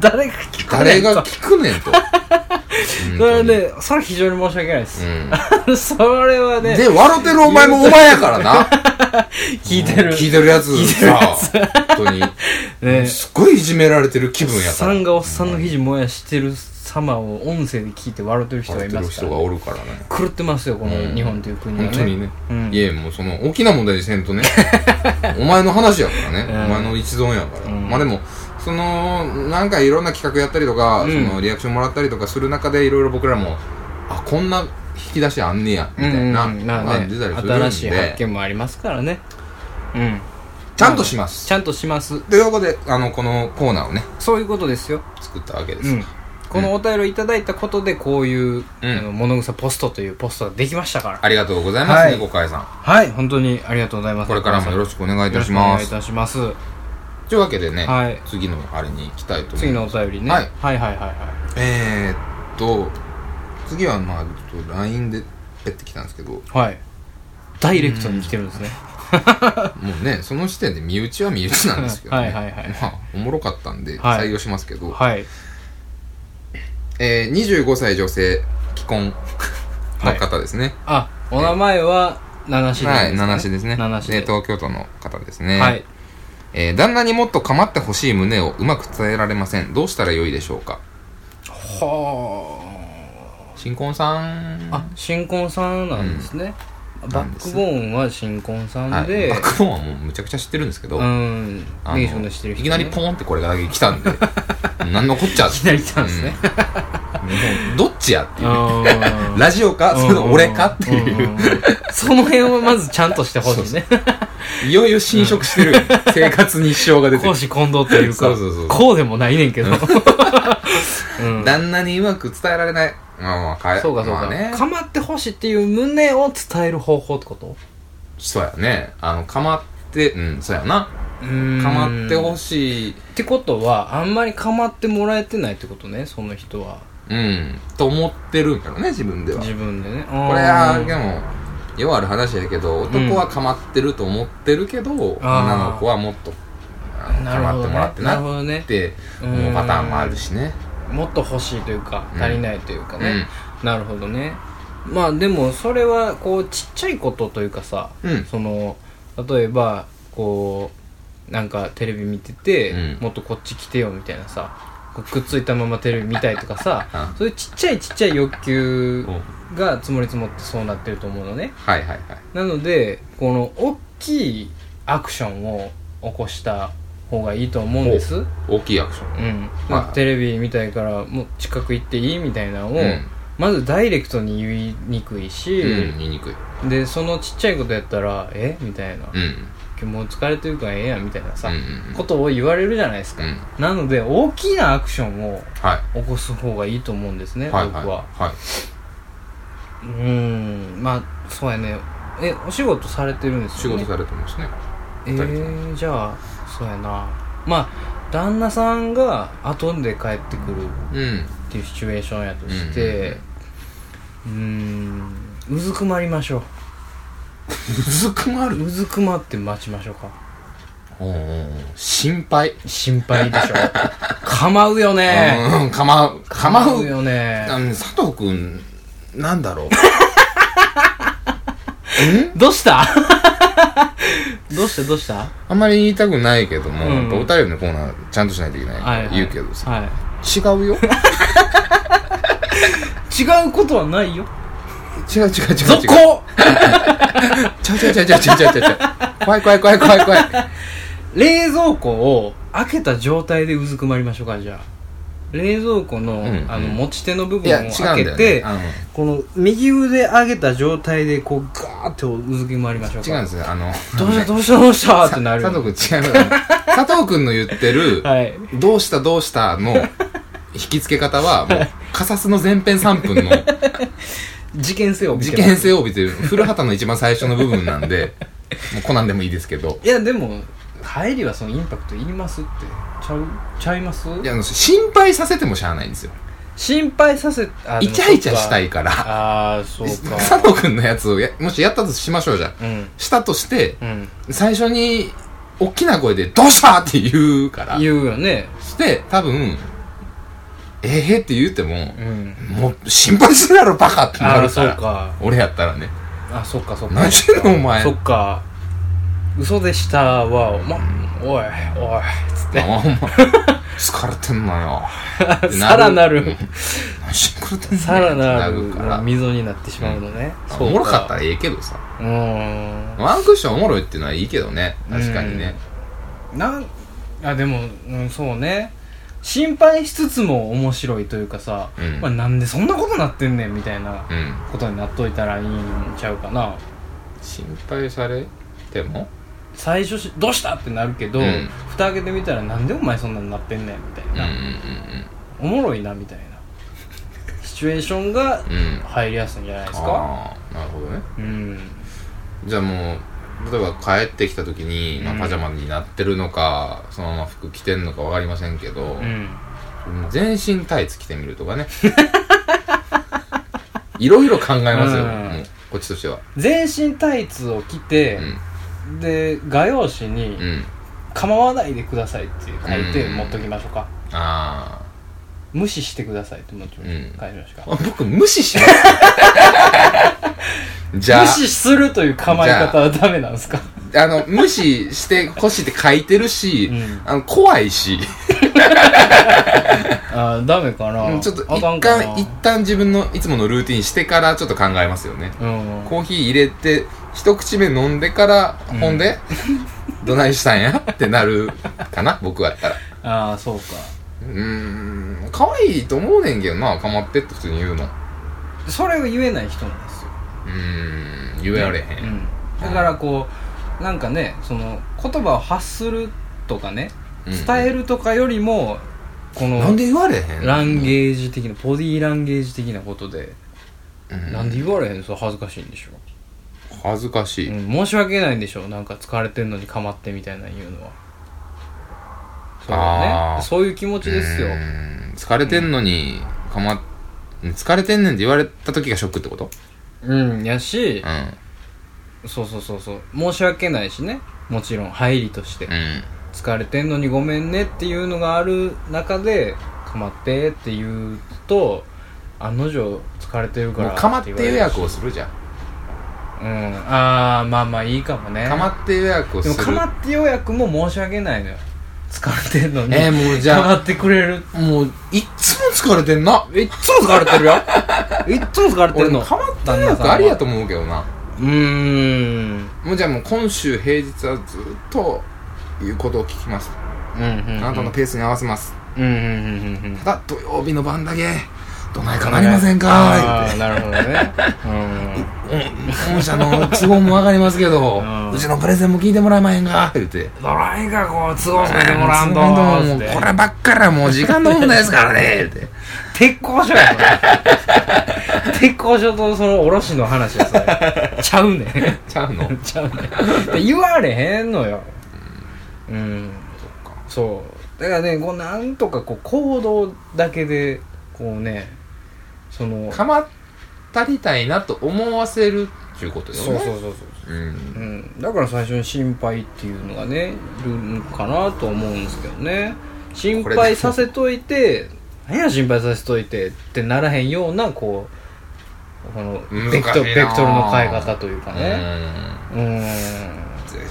[SPEAKER 2] 誰が聞くね
[SPEAKER 1] 誰
[SPEAKER 2] んと
[SPEAKER 1] が聞くね んと
[SPEAKER 2] それはねそれは非常に申し訳ないで
[SPEAKER 1] う
[SPEAKER 2] す、
[SPEAKER 1] ん
[SPEAKER 2] それはね
[SPEAKER 1] で笑ってるお前もお前やからな
[SPEAKER 2] 聞いてる
[SPEAKER 1] 聞いてるやつさ本当に
[SPEAKER 2] ね
[SPEAKER 1] すっごいいじめられてる気分
[SPEAKER 2] おっ
[SPEAKER 1] やか
[SPEAKER 2] さ
[SPEAKER 1] ら
[SPEAKER 2] んがおっさんの肘燃やしてる様を音声で聞いて笑ってる人が
[SPEAKER 1] 笑
[SPEAKER 2] い
[SPEAKER 1] って
[SPEAKER 2] ま
[SPEAKER 1] る
[SPEAKER 2] すか
[SPEAKER 1] 人
[SPEAKER 2] ら
[SPEAKER 1] がおるからね
[SPEAKER 2] 狂ってますよこ
[SPEAKER 1] う
[SPEAKER 2] の
[SPEAKER 1] ん
[SPEAKER 2] 日本という国はね
[SPEAKER 1] 本当にね、
[SPEAKER 2] うん
[SPEAKER 1] いやもうその大きな問題にせんと ねお前の話やからね、
[SPEAKER 2] うん
[SPEAKER 1] お前の一存やから、
[SPEAKER 2] うん
[SPEAKER 1] まあでもそのなんかいろんな企画やったりとか、
[SPEAKER 2] うん
[SPEAKER 1] そのリアクションもらったりとかする中でいろいろ僕らもあこんな引き出しあんねやみたいな、
[SPEAKER 2] うんうんまあね
[SPEAKER 1] 出たりす
[SPEAKER 2] 新しい
[SPEAKER 1] るん
[SPEAKER 2] 発
[SPEAKER 1] で
[SPEAKER 2] 見もありますからねうん
[SPEAKER 1] ちゃんとします
[SPEAKER 2] ちゃんとします
[SPEAKER 1] ということであのこのコーナーをね
[SPEAKER 2] そういうことですよ
[SPEAKER 1] 作ったわけで
[SPEAKER 2] う
[SPEAKER 1] す、
[SPEAKER 2] んこのお便りをいただいたことでこういう、
[SPEAKER 1] うん
[SPEAKER 2] あの物草ポストというポストができましたから
[SPEAKER 1] ありがとうございますね、
[SPEAKER 2] はい
[SPEAKER 1] ごかいさん
[SPEAKER 2] はい本当にありがとうございます
[SPEAKER 1] これからもよろしくお願いいたし
[SPEAKER 2] よろくお
[SPEAKER 1] ま
[SPEAKER 2] 願いい
[SPEAKER 1] す
[SPEAKER 2] たします
[SPEAKER 1] というわけでね、
[SPEAKER 2] はい
[SPEAKER 1] 次のあれに行きたいと思います
[SPEAKER 2] 次のお便りね、
[SPEAKER 1] はい
[SPEAKER 2] はいはいはいは
[SPEAKER 1] えー、っと次はまあちょっと LINE でペってきたんですけども
[SPEAKER 2] いはいダイレクトに来てるんですね、
[SPEAKER 1] うねその時点で身内は身内なんですけど、ね、
[SPEAKER 2] はいはいはい
[SPEAKER 1] まあおもろかったんで
[SPEAKER 2] はい
[SPEAKER 1] 採用しますけど、
[SPEAKER 2] はい
[SPEAKER 1] えー、25歳女性既婚の方ですね
[SPEAKER 2] あお名前は七種
[SPEAKER 1] はい、
[SPEAKER 2] 類
[SPEAKER 1] 七7市ですね
[SPEAKER 2] 七種
[SPEAKER 1] で
[SPEAKER 2] 類
[SPEAKER 1] 東京都の方ですね、
[SPEAKER 2] はい
[SPEAKER 1] えー旦那にもっと構ってほしい胸をうまく伝えられませんどうしたらよいでしょうか
[SPEAKER 2] は
[SPEAKER 1] 新婚さん
[SPEAKER 2] ああ新婚さんなんですね、バックボーンは新婚さ
[SPEAKER 1] は
[SPEAKER 2] ん
[SPEAKER 1] い、
[SPEAKER 2] で、
[SPEAKER 1] バックボーンはもうむちゃくちゃ知ってるんですけど、
[SPEAKER 2] うん
[SPEAKER 1] あの
[SPEAKER 2] ネギションでしてる人、
[SPEAKER 1] いきなりポーンってこれが来たん で何のこっちゃい
[SPEAKER 2] いきなり来たんですね、
[SPEAKER 1] もうどっちやっていうね
[SPEAKER 2] あー
[SPEAKER 1] ラジオか それとも俺かってい
[SPEAKER 2] ん
[SPEAKER 1] うん
[SPEAKER 2] んその辺はまずちゃんとしてほしいね
[SPEAKER 1] いよいよ侵食してるよね生活に支障が出て
[SPEAKER 2] 講
[SPEAKER 1] る
[SPEAKER 2] 師混同という
[SPEAKER 1] そ
[SPEAKER 2] か
[SPEAKER 1] うそうそう
[SPEAKER 2] こうでもないねんけど、 うん
[SPEAKER 1] 旦那にうまく伝えられないまあまあかえ
[SPEAKER 2] そうかそう
[SPEAKER 1] ま
[SPEAKER 2] か、
[SPEAKER 1] あね
[SPEAKER 2] 構ってほしいっていう胸を伝える方法ってこと
[SPEAKER 1] そうやねあのかまってうんそうやなかまってほ
[SPEAKER 2] い
[SPEAKER 1] しい
[SPEAKER 2] ってことはあんまり構ってもらえてないってことねその人は
[SPEAKER 1] うんと思ってるんだろうね自分では
[SPEAKER 2] 自分でねこ
[SPEAKER 1] これはでもようある話やけど男はかまってると思ってるけど、女の子はもっとあのか
[SPEAKER 2] なる
[SPEAKER 1] ま
[SPEAKER 2] ほ
[SPEAKER 1] って
[SPEAKER 2] どね
[SPEAKER 1] もらって
[SPEAKER 2] なる
[SPEAKER 1] な
[SPEAKER 2] ほどね
[SPEAKER 1] って思うパターンもあるしね
[SPEAKER 2] もっと欲しいというか
[SPEAKER 1] うん
[SPEAKER 2] 足りないというかね、なるほどねまあでもそれはこうちっちゃいことというかさ、
[SPEAKER 1] うん
[SPEAKER 2] その例えばこうなんかテレビ見てて、
[SPEAKER 1] うん
[SPEAKER 2] もっとこっち来てよみたいなさこうくっついたままテレビ見たいとかさ
[SPEAKER 1] うん
[SPEAKER 2] そういうちっちゃいちっちゃい欲求
[SPEAKER 1] うん
[SPEAKER 2] が積もり積もってそうなってると思うのね
[SPEAKER 1] はいはいはい
[SPEAKER 2] なのでこの大きいアクションを起こした方がいいと思うんです
[SPEAKER 1] 大きいアクション
[SPEAKER 2] うん、
[SPEAKER 1] はい
[SPEAKER 2] テレビ見たいからもう近く行っていいみたいなのを、
[SPEAKER 1] うん
[SPEAKER 2] まずダイレクトに言いにくいし、
[SPEAKER 1] うん言いにくい
[SPEAKER 2] でそのちっちゃいことやったら「えみたいな
[SPEAKER 1] うん
[SPEAKER 2] 「もう疲れてるからええやん」みたいなさ、
[SPEAKER 1] うんうん
[SPEAKER 2] ことを言われるじゃないです
[SPEAKER 1] う
[SPEAKER 2] か、
[SPEAKER 1] ん
[SPEAKER 2] なので大きなアクションを
[SPEAKER 1] はい
[SPEAKER 2] 起こす方がいいと思うんですね、
[SPEAKER 1] はいはい
[SPEAKER 2] 僕は
[SPEAKER 1] はいう
[SPEAKER 2] ーんまあそうやねえお仕事されてるんです
[SPEAKER 1] 仕
[SPEAKER 2] よ
[SPEAKER 1] 事
[SPEAKER 2] ね
[SPEAKER 1] されてますね
[SPEAKER 2] えー、じゃあそうやなまあ旦那さんが後で帰ってくる
[SPEAKER 1] うん
[SPEAKER 2] っていうシチュエーションやとしてうーんうずくまりましょ
[SPEAKER 1] うずくま
[SPEAKER 2] う
[SPEAKER 1] る
[SPEAKER 2] うずくまって待ちましょうか
[SPEAKER 1] おうおうおう心配
[SPEAKER 2] 心配 でしょかまうよね
[SPEAKER 1] うんかまうかまう
[SPEAKER 2] よね
[SPEAKER 1] あの佐藤くんなんだろううん
[SPEAKER 2] どうした どうしたどうしたは
[SPEAKER 1] あんまり言いたくないけども、
[SPEAKER 2] うん
[SPEAKER 1] やっぱお便りのコーナーちゃんとしないといけないから言うけどさ、
[SPEAKER 2] はい
[SPEAKER 1] 違うよ
[SPEAKER 2] 違うことはないよ
[SPEAKER 1] 違う違う違う違う
[SPEAKER 2] 続行
[SPEAKER 1] ちゃうちゃうちゃうちゃうちゃうちゃうちゃう怖い怖い怖い怖い怖い
[SPEAKER 2] 冷蔵庫を開けた状態でうずくまりましょうかじゃあ冷蔵庫の,、
[SPEAKER 1] うんうん
[SPEAKER 2] あの持ち手の部
[SPEAKER 1] いや違う
[SPEAKER 2] 分を
[SPEAKER 1] ん
[SPEAKER 2] 開
[SPEAKER 1] だ
[SPEAKER 2] け
[SPEAKER 1] よ、
[SPEAKER 2] て、
[SPEAKER 1] ね、あの
[SPEAKER 2] この右腕上げた状態でこうガーッてうずくまりましょうか
[SPEAKER 1] 違うんですよあの
[SPEAKER 2] どうしたどうしたどうしたってなる
[SPEAKER 1] 佐藤君違うのよ佐藤君の言ってる、
[SPEAKER 2] はい
[SPEAKER 1] どうしたどうしたの引き付け方はもうカサスの前編3分の
[SPEAKER 2] 事件性を帯び
[SPEAKER 1] 事
[SPEAKER 2] てます
[SPEAKER 1] 件性を帯びてる古畑の一番最初の部分なんでもうコナンでもいいですけど
[SPEAKER 2] いやでも入りはそのインパクト言いますってちゃうちゃいます
[SPEAKER 1] いやあの心配させてもしゃあないんですよ
[SPEAKER 2] 心配させあ
[SPEAKER 1] イチャイチャした
[SPEAKER 2] い
[SPEAKER 1] いから
[SPEAKER 2] ああそうか
[SPEAKER 1] 佐藤君のやつをやもしやったとしましょうじゃん
[SPEAKER 2] うん
[SPEAKER 1] したとして
[SPEAKER 2] うん
[SPEAKER 1] 最初に大きな声で「どうした!」って言うから
[SPEAKER 2] 言うよね
[SPEAKER 1] して多分「えへ」って言っても
[SPEAKER 2] うん
[SPEAKER 1] もう心配するやろバカってな
[SPEAKER 2] ああ
[SPEAKER 1] るか
[SPEAKER 2] そう
[SPEAKER 1] ら
[SPEAKER 2] か
[SPEAKER 1] 俺やったらね
[SPEAKER 2] あそっかそっか
[SPEAKER 1] 何してんのお前
[SPEAKER 2] そっか嘘でしたは、ま、おいおいつっ
[SPEAKER 1] あ
[SPEAKER 2] て
[SPEAKER 1] お前 疲れてんのよ
[SPEAKER 2] さらなる
[SPEAKER 1] 何してくれてんの
[SPEAKER 2] さらな
[SPEAKER 1] って
[SPEAKER 2] る
[SPEAKER 1] るから
[SPEAKER 2] 溝になってしまうのね、そう
[SPEAKER 1] おもろかったらええけどさ
[SPEAKER 2] うーん
[SPEAKER 1] ワンクッションおもろいっていうのはいいけどね確かにね
[SPEAKER 2] なんあでも、うん、そうね心配しつつも面白いというかさ、
[SPEAKER 1] うん
[SPEAKER 2] まあ、なんでそんなことなってんねんみたいな
[SPEAKER 1] うん
[SPEAKER 2] ことになっといたらいいんちゃうかな
[SPEAKER 1] 心配されても
[SPEAKER 2] 最初しどうしたってなるけど、
[SPEAKER 1] うん
[SPEAKER 2] 蓋開けてみたらなんでお前そんなになってんねんみた
[SPEAKER 1] う
[SPEAKER 2] い
[SPEAKER 1] んう
[SPEAKER 2] な、
[SPEAKER 1] ん
[SPEAKER 2] おもろいなみたいなシチュエーションが
[SPEAKER 1] うんうん
[SPEAKER 2] 入りやすいんじゃないですか
[SPEAKER 1] あーなるほどね
[SPEAKER 2] うん
[SPEAKER 1] じゃあもう例えば帰ってきた時に、まあ、
[SPEAKER 2] うん
[SPEAKER 1] パジャマになってるのか、そのまま服着てんのか分かりませんけど、
[SPEAKER 2] うん
[SPEAKER 1] 全身タイツ着てみるとかね いろいろ考えますよ、
[SPEAKER 2] うん
[SPEAKER 1] もうこっちとしては
[SPEAKER 2] 全身タイツを着て
[SPEAKER 1] う、ん
[SPEAKER 2] で画用紙に
[SPEAKER 1] う
[SPEAKER 2] 「
[SPEAKER 1] ん
[SPEAKER 2] 構わないでください」って書いて
[SPEAKER 1] うん
[SPEAKER 2] 持っときましょうか、
[SPEAKER 1] あ
[SPEAKER 2] 無視してくださいって持ってきましょう、
[SPEAKER 1] うん
[SPEAKER 2] 書いてましょう
[SPEAKER 1] ー
[SPEAKER 2] か
[SPEAKER 1] あ僕無視します じゃ
[SPEAKER 2] 無視するという構え方はダメなんですか
[SPEAKER 1] ああの無視してほしいって書いてるし、
[SPEAKER 2] うん
[SPEAKER 1] あの怖いし
[SPEAKER 2] あーダメかな
[SPEAKER 1] ちょっと
[SPEAKER 2] あか
[SPEAKER 1] 一
[SPEAKER 2] んかな
[SPEAKER 1] 旦一旦自分のいつものルーティンしてからちょっと考えますよね
[SPEAKER 2] うん
[SPEAKER 1] コーヒー入れて一口目飲んでから、
[SPEAKER 2] うん
[SPEAKER 1] ほんでどないしたんや ってなるかな僕やったら
[SPEAKER 2] ああそうか
[SPEAKER 1] うーん可愛いと思うねんけどなかまってって普通に言うのう
[SPEAKER 2] それを言えない人なんですよ
[SPEAKER 1] ーん言えられへん、
[SPEAKER 2] うん、だからこうなんかねその言葉を発するとかね
[SPEAKER 1] うん
[SPEAKER 2] 伝えるとかよりもこの
[SPEAKER 1] なんで言われへん
[SPEAKER 2] ランゲージ的なボディーランゲージ的なことで、
[SPEAKER 1] うん
[SPEAKER 2] なんで言われへんそう恥ずかしいんでしょ、
[SPEAKER 1] 恥ずかしい、
[SPEAKER 2] うん、申し訳ないんでしょなんか疲れてんのにかまってみたいなの言うのはそうだ
[SPEAKER 1] あー
[SPEAKER 2] ねそういう気持ちですよ
[SPEAKER 1] うーん疲れてんのにかま疲れてんねんって言われた時がショックってこと
[SPEAKER 2] うんやし
[SPEAKER 1] う、ん
[SPEAKER 2] そうそうそうそう申し訳ないしねもちろん入りとして、
[SPEAKER 1] うん
[SPEAKER 2] 疲れてんのにごめんねっていうのがある中で「かまって」って言うと案の定疲れてるか
[SPEAKER 1] も
[SPEAKER 2] ら
[SPEAKER 1] うかまって予約を
[SPEAKER 2] る
[SPEAKER 1] するじゃん
[SPEAKER 2] うんああまあまあいいかもね
[SPEAKER 1] かまって予約をす
[SPEAKER 2] で
[SPEAKER 1] る
[SPEAKER 2] もかまって予約も申し訳ないのよ疲れてんのに、
[SPEAKER 1] えー、もうじゃ
[SPEAKER 2] か
[SPEAKER 1] あ
[SPEAKER 2] まってくれる
[SPEAKER 1] もういっつも疲れてんない
[SPEAKER 2] っつも疲 れてるよ いっつも疲れて
[SPEAKER 1] 俺
[SPEAKER 2] る
[SPEAKER 1] の
[SPEAKER 2] の
[SPEAKER 1] かまった
[SPEAKER 2] 旦
[SPEAKER 1] 予
[SPEAKER 2] 那さ
[SPEAKER 1] 約
[SPEAKER 2] んは
[SPEAKER 1] ありやと思うけどな
[SPEAKER 2] うーん
[SPEAKER 1] もうじゃあもう今週平日はずっと言うことを聞きます、
[SPEAKER 2] うんうんうん
[SPEAKER 1] あなたのペースに合わせます
[SPEAKER 2] うんうんうんうんうん
[SPEAKER 1] ただ土曜日の晩だけどないかなりませんか
[SPEAKER 2] あーなるほどねう
[SPEAKER 1] う
[SPEAKER 2] ん
[SPEAKER 1] ん本社の都合もわかりますけど
[SPEAKER 2] うん
[SPEAKER 1] うちのプレゼンも聞いてもらえまへんか言うて
[SPEAKER 2] ドライがこう都合つけてもらわんと
[SPEAKER 1] もう
[SPEAKER 2] つ
[SPEAKER 1] も
[SPEAKER 2] っ
[SPEAKER 1] う
[SPEAKER 2] て
[SPEAKER 1] こればっかりはもう時間の問題ですから ね言うて
[SPEAKER 2] 鉄工所やろ 鉄工所とその卸の話やそ れちゃうねん
[SPEAKER 1] ちゃう の
[SPEAKER 2] ちゃうねん で言われへんのようんそうだからねこうなんとかこう行動だけでこうねその
[SPEAKER 1] かまったりたいなと思わせるっていうことよね
[SPEAKER 2] そうそうそうそ
[SPEAKER 1] う
[SPEAKER 2] う
[SPEAKER 1] ん
[SPEAKER 2] うん、だから最初に心配っていうのがねいるんかなと思うんですけどね心
[SPEAKER 1] これで
[SPEAKER 2] 配させといて何や心配させといてってならへんようなこうこの
[SPEAKER 1] 難しい
[SPEAKER 2] ベ
[SPEAKER 1] な
[SPEAKER 2] クトベクトルの変え方というかねうん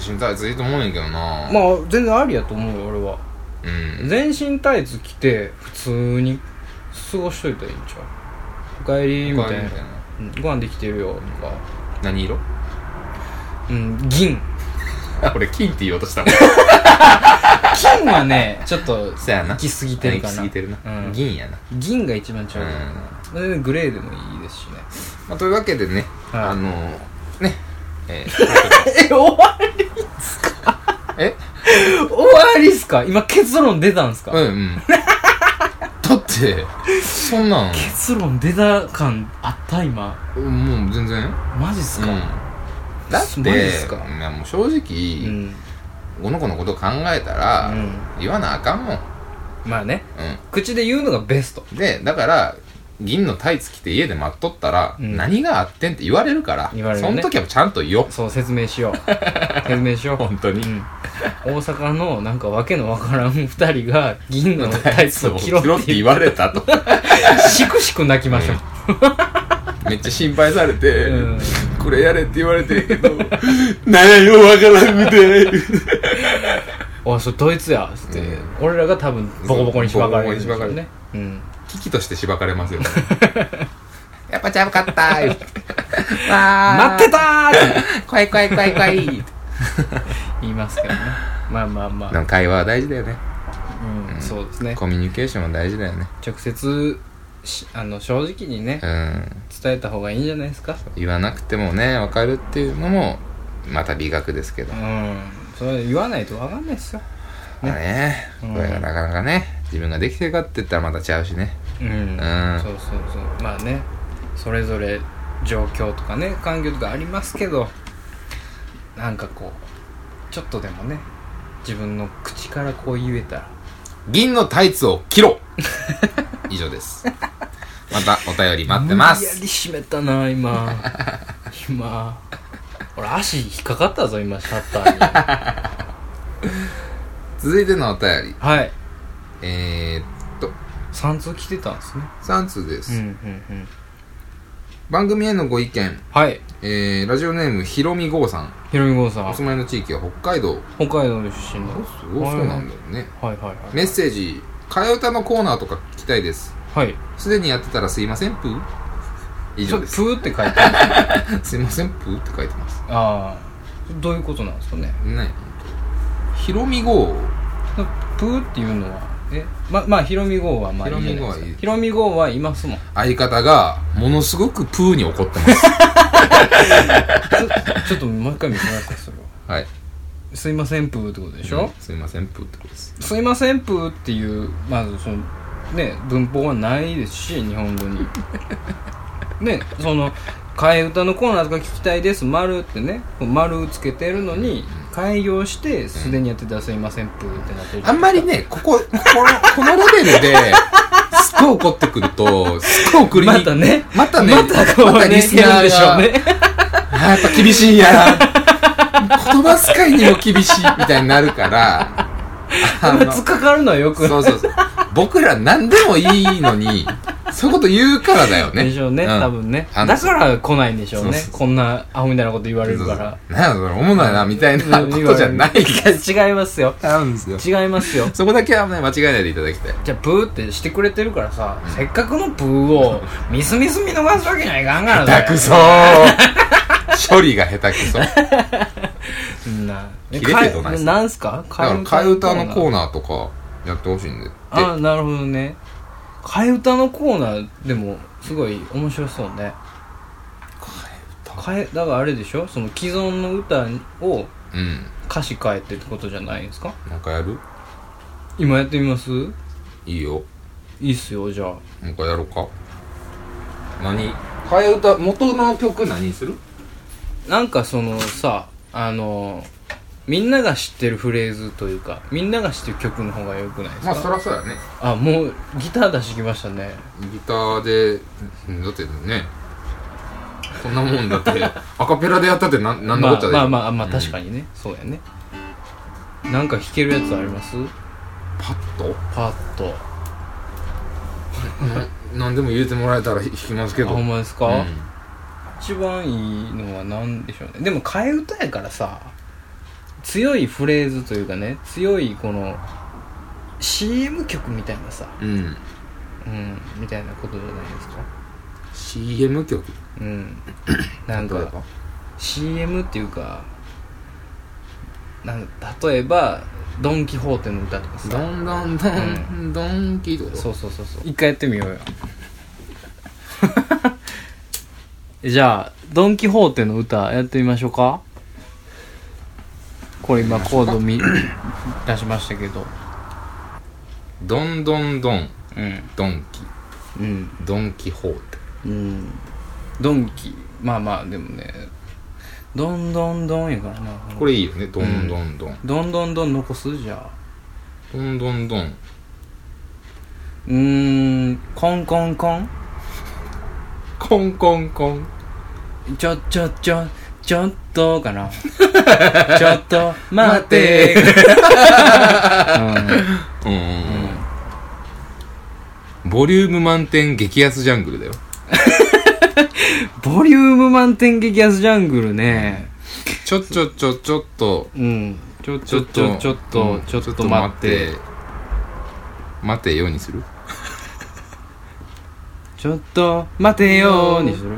[SPEAKER 1] 全身タイツいいと思うねんけどな
[SPEAKER 2] まあ全然ありやと思うよ俺は
[SPEAKER 1] うん
[SPEAKER 2] 全身タイツ着て普通に過ごしといたらいいんちゃうおかえりみたいなうんご飯できてるよとか
[SPEAKER 1] 何色
[SPEAKER 2] うん銀
[SPEAKER 1] 俺金って言おうと したもん
[SPEAKER 2] 金はねちょっと
[SPEAKER 1] そやな
[SPEAKER 2] 行き過ぎてるかな
[SPEAKER 1] 行き過ぎてるな、
[SPEAKER 2] うん
[SPEAKER 1] 銀やな
[SPEAKER 2] 銀が一番ちゃう
[SPEAKER 1] うん
[SPEAKER 2] かな、まあ全然グレーでもいいですしね
[SPEAKER 1] まあ、というわけでね、
[SPEAKER 2] はい
[SPEAKER 1] あのねえ
[SPEAKER 2] え終わり
[SPEAKER 1] ーえ
[SPEAKER 2] 終わりっすか今結論出たんすか、
[SPEAKER 1] うんうん だってそんなん
[SPEAKER 2] 結論出た感あった今
[SPEAKER 1] もう全然
[SPEAKER 2] マジっす
[SPEAKER 1] うん
[SPEAKER 2] か、
[SPEAKER 1] だって
[SPEAKER 2] マジっすか
[SPEAKER 1] いやもう正
[SPEAKER 2] う
[SPEAKER 1] 直、
[SPEAKER 2] ん
[SPEAKER 1] この子のこと考えたら、
[SPEAKER 2] うん
[SPEAKER 1] 言わなあかんもん
[SPEAKER 2] まあね
[SPEAKER 1] う
[SPEAKER 2] 口で言うのがベスト
[SPEAKER 1] ん。で、だから、銀のタイツ着て家で待っとったら、
[SPEAKER 2] うん
[SPEAKER 1] 何があってんって言われるから、
[SPEAKER 2] 言われる
[SPEAKER 1] そ
[SPEAKER 2] ね
[SPEAKER 1] の時はちゃんと言おう。
[SPEAKER 2] そう説明しよう説明しよう
[SPEAKER 1] 本当に。
[SPEAKER 2] うん、大阪のなんかわけのわからん2人が銀のタイツを着ろ
[SPEAKER 1] 着ろ
[SPEAKER 2] っ
[SPEAKER 1] ってて
[SPEAKER 2] 言
[SPEAKER 1] 言
[SPEAKER 2] わ
[SPEAKER 1] われ たと。
[SPEAKER 2] しくしく泣きましょう、
[SPEAKER 1] めっちゃ心配されて、
[SPEAKER 2] うん
[SPEAKER 1] これやれって言われてるけど、 何やよ、わからんく て。
[SPEAKER 2] おいそれドイツやっつって、
[SPEAKER 1] う
[SPEAKER 2] 俺らが多分ボコボコにしばかれるんです
[SPEAKER 1] ボ
[SPEAKER 2] よ
[SPEAKER 1] コボコに
[SPEAKER 2] ねうん
[SPEAKER 1] 危機としてしばかれますよ、ね。 やっぱちゃうかったー 言うて
[SPEAKER 2] 待ってたーって
[SPEAKER 1] 怖い怖い怖い怖い 言うて
[SPEAKER 2] 言いますけどねまあまあま
[SPEAKER 1] でも会話は大事だよね。
[SPEAKER 2] あ、うん
[SPEAKER 1] うん
[SPEAKER 2] そうですね
[SPEAKER 1] コミュニケーションは大事だよね。
[SPEAKER 2] 直接しあの正直にね
[SPEAKER 1] うん。
[SPEAKER 2] 伝えた方がいいんじゃないですか
[SPEAKER 1] 言わなくてもね、わかるっていうのも、また美学ですけど。
[SPEAKER 2] う
[SPEAKER 1] ね
[SPEAKER 2] んそれ言わないと分かんないですよ
[SPEAKER 1] まあね、
[SPEAKER 2] うん
[SPEAKER 1] これがなかなかね、自分ができてるかって言ったらまたちゃうしね。
[SPEAKER 2] うん、
[SPEAKER 1] ん
[SPEAKER 2] そうそうそうまあねそれぞれ状況とかね環境とかありますけどなんかこうちょっとでもね自分の口からこう言えたら
[SPEAKER 1] 銀のタイツを切 ろ以上です。またお便り待ってま
[SPEAKER 2] 無理や
[SPEAKER 1] す。
[SPEAKER 2] り締めたな今今俺足引っかかったぞ今シャッターに
[SPEAKER 1] 続いてのお便り。
[SPEAKER 2] はい
[SPEAKER 1] えー、っと、
[SPEAKER 2] 3通来てたんですね
[SPEAKER 1] 3通です、
[SPEAKER 2] うんうんうん
[SPEAKER 1] 番組へのご意見、
[SPEAKER 2] はい
[SPEAKER 1] えー、ラジオネームひろみごうさん。
[SPEAKER 2] ひろみごうさん
[SPEAKER 1] お住まいの地域は北海道。
[SPEAKER 2] 北海道の出身の
[SPEAKER 1] おすごいそうなんだよね。
[SPEAKER 2] はいはい
[SPEAKER 1] メッセージ、替え歌のコーナーとか聞きたいです。
[SPEAKER 2] はいはい
[SPEAKER 1] すでにやってたらすいません、ぷー。以
[SPEAKER 2] ちょ
[SPEAKER 1] 上
[SPEAKER 2] っ
[SPEAKER 1] で
[SPEAKER 2] とプ
[SPEAKER 1] す。
[SPEAKER 2] ーって書いてある
[SPEAKER 1] すいません、ぷーって書いてます。
[SPEAKER 2] ああどういうことなんですかね
[SPEAKER 1] ね。ひろみごう。
[SPEAKER 2] プーっていうのはえままあヒロミ号はまあいいじゃないですかヒロミ号はいますもん
[SPEAKER 1] 相方が、ものすごくプーに怒ってます。
[SPEAKER 2] ちょっともう一回見てくださいそれは
[SPEAKER 1] はい。
[SPEAKER 2] すいませんプーってことでし
[SPEAKER 1] う
[SPEAKER 2] ょ
[SPEAKER 1] ん、すいません、プーってことです。
[SPEAKER 2] すいませんプーっていうまずそのね文法はないですし日本 語にねその替え歌のコーナーとか聞きたいです丸ってね丸つけてるのに開業してすでにやってたらすいませんプーってなってる
[SPEAKER 1] あんまりね、ここ、ここの、この レベルで、すっごい怒ってくると、すっごい送りに。
[SPEAKER 2] またね
[SPEAKER 1] またね。
[SPEAKER 2] またこう
[SPEAKER 1] また
[SPEAKER 2] ね
[SPEAKER 1] リスナ
[SPEAKER 2] やるんでしょう
[SPEAKER 1] ーが、
[SPEAKER 2] ね
[SPEAKER 1] あーやっぱ厳しいんや。言葉遣いにも厳しい、みたいになるから。あの
[SPEAKER 2] 突っかかるのはよくない
[SPEAKER 1] そうそうそう。僕ら何でもいいのに、そういうこと言うからだよね。
[SPEAKER 2] でしょうね、
[SPEAKER 1] ん
[SPEAKER 2] 多分ね
[SPEAKER 1] あの
[SPEAKER 2] だから来ないんでしょうね
[SPEAKER 1] そうそうそう
[SPEAKER 2] こんなアホみたいなこと言われるから
[SPEAKER 1] なんやそれ、おもないな、みたいなことじゃない。
[SPEAKER 2] いや違いますよ
[SPEAKER 1] あるんですよ。
[SPEAKER 2] 違いますよ
[SPEAKER 1] そこだけはね、間違えないでいただきたい。
[SPEAKER 2] じゃあブーってしてくれてるからさ、せっかくのブーをミスミス見逃すわけにはいかんから
[SPEAKER 1] 下手
[SPEAKER 2] だ
[SPEAKER 1] くそ ー処理が下手くそ。だか
[SPEAKER 2] そんな
[SPEAKER 1] 切れてどないすんの
[SPEAKER 2] なんすから
[SPEAKER 1] ら、替え歌のコー
[SPEAKER 2] ナー
[SPEAKER 1] ナーとか、やってほしいんで。で
[SPEAKER 2] あなるほどね替え歌のコーナーでもすごい面白そうね替えだからあれでしょその既存の歌を
[SPEAKER 1] うん。
[SPEAKER 2] 歌詞変えてってことじゃないですか
[SPEAKER 1] なんかやる
[SPEAKER 2] 今やってみます
[SPEAKER 1] いいよ。
[SPEAKER 2] いいっすよじゃあ
[SPEAKER 1] なんかやろうか。何替え歌、元の曲何にする
[SPEAKER 2] なんかそのさあのみんなが知ってるフレーズというかみんなが知ってる曲の方がよくないです
[SPEAKER 1] ま
[SPEAKER 2] か、
[SPEAKER 1] あ、そらそうやね。
[SPEAKER 2] あもうギター出してきましたね
[SPEAKER 1] ギターで、うんだってね、こんなもんだ って、アカペラでやったってなん、なんのこ
[SPEAKER 2] ま
[SPEAKER 1] っ
[SPEAKER 2] あ
[SPEAKER 1] ちゃで。
[SPEAKER 2] まあまあ、まあ、
[SPEAKER 1] うん
[SPEAKER 2] 確かにね、そうやねなんか弾けるやつあります
[SPEAKER 1] パッと
[SPEAKER 2] パッと
[SPEAKER 1] な何でも入れてもらえたら弾きますけ
[SPEAKER 2] あ
[SPEAKER 1] ど。
[SPEAKER 2] ほんまですか、
[SPEAKER 1] うん
[SPEAKER 2] 一番いいのは何でしょうねでも替え歌やからさ強いフレーズというかね強いこの CM 曲みたいなさ
[SPEAKER 1] うん。
[SPEAKER 2] うんみたいなことじゃないですか
[SPEAKER 1] CM 曲
[SPEAKER 2] うんなん
[SPEAKER 1] 例え
[SPEAKER 2] か
[SPEAKER 1] ば
[SPEAKER 2] CM っていうかなん例えば「ドン・キホーテ」の歌とか
[SPEAKER 1] ど
[SPEAKER 2] さ
[SPEAKER 1] んどんどんどん聞いてこと
[SPEAKER 2] そうそうそうそう一回やってみようよ じゃあ「ドン・キホーテ」の歌やってみましょうかこれ今コード見出しましたけど
[SPEAKER 1] どんどんどん
[SPEAKER 2] うん
[SPEAKER 1] ドンキ
[SPEAKER 2] うん
[SPEAKER 1] ドンキホーテ
[SPEAKER 2] うんドンキまあまあでもねどんどんどんやからな
[SPEAKER 1] これいいよねどんどんどん
[SPEAKER 2] どんどんどん残すじゃあ
[SPEAKER 1] どんどんどん
[SPEAKER 2] うーんコンコンコン
[SPEAKER 1] コンコンコン。
[SPEAKER 2] ちょちょちょちょっとか なちょっと待って
[SPEAKER 1] うんうんうん。ボリューム満点激アツジャングルだよ。
[SPEAKER 2] うんボリューム満点激アツジャングルね
[SPEAKER 1] ちょちょちょちょっと、
[SPEAKER 2] うんちょちょちょちょっ
[SPEAKER 1] う
[SPEAKER 2] と
[SPEAKER 1] ん
[SPEAKER 2] ちょっと待って。
[SPEAKER 1] 待てよにする
[SPEAKER 2] ちょっと待てよーにする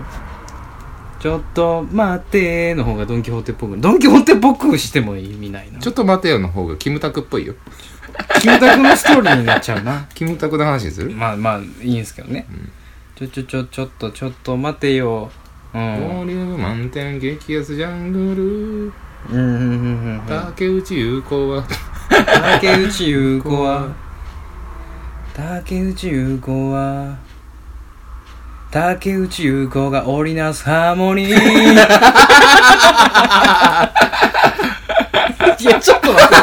[SPEAKER 2] ちょっと待てーの方がドン・キホーテっぽくドン・キホーテっぽくしても意味ないな
[SPEAKER 1] ちょっと待てよの方がキムタクっぽいよ。
[SPEAKER 2] キムタクのストーリーになっちゃうな
[SPEAKER 1] キムタクの話にする
[SPEAKER 2] まあまあいいんすけどね、ちょちょちょちょっとちょっと待てよ
[SPEAKER 1] ボ
[SPEAKER 2] ーうん
[SPEAKER 1] リューム満点激安ジャング
[SPEAKER 2] うんうんうんう
[SPEAKER 1] ル
[SPEAKER 2] んうん
[SPEAKER 1] 竹内優子は
[SPEAKER 2] 竹内優子は竹内優子は竹内優子が織りなすハーモニー いやちょっと待って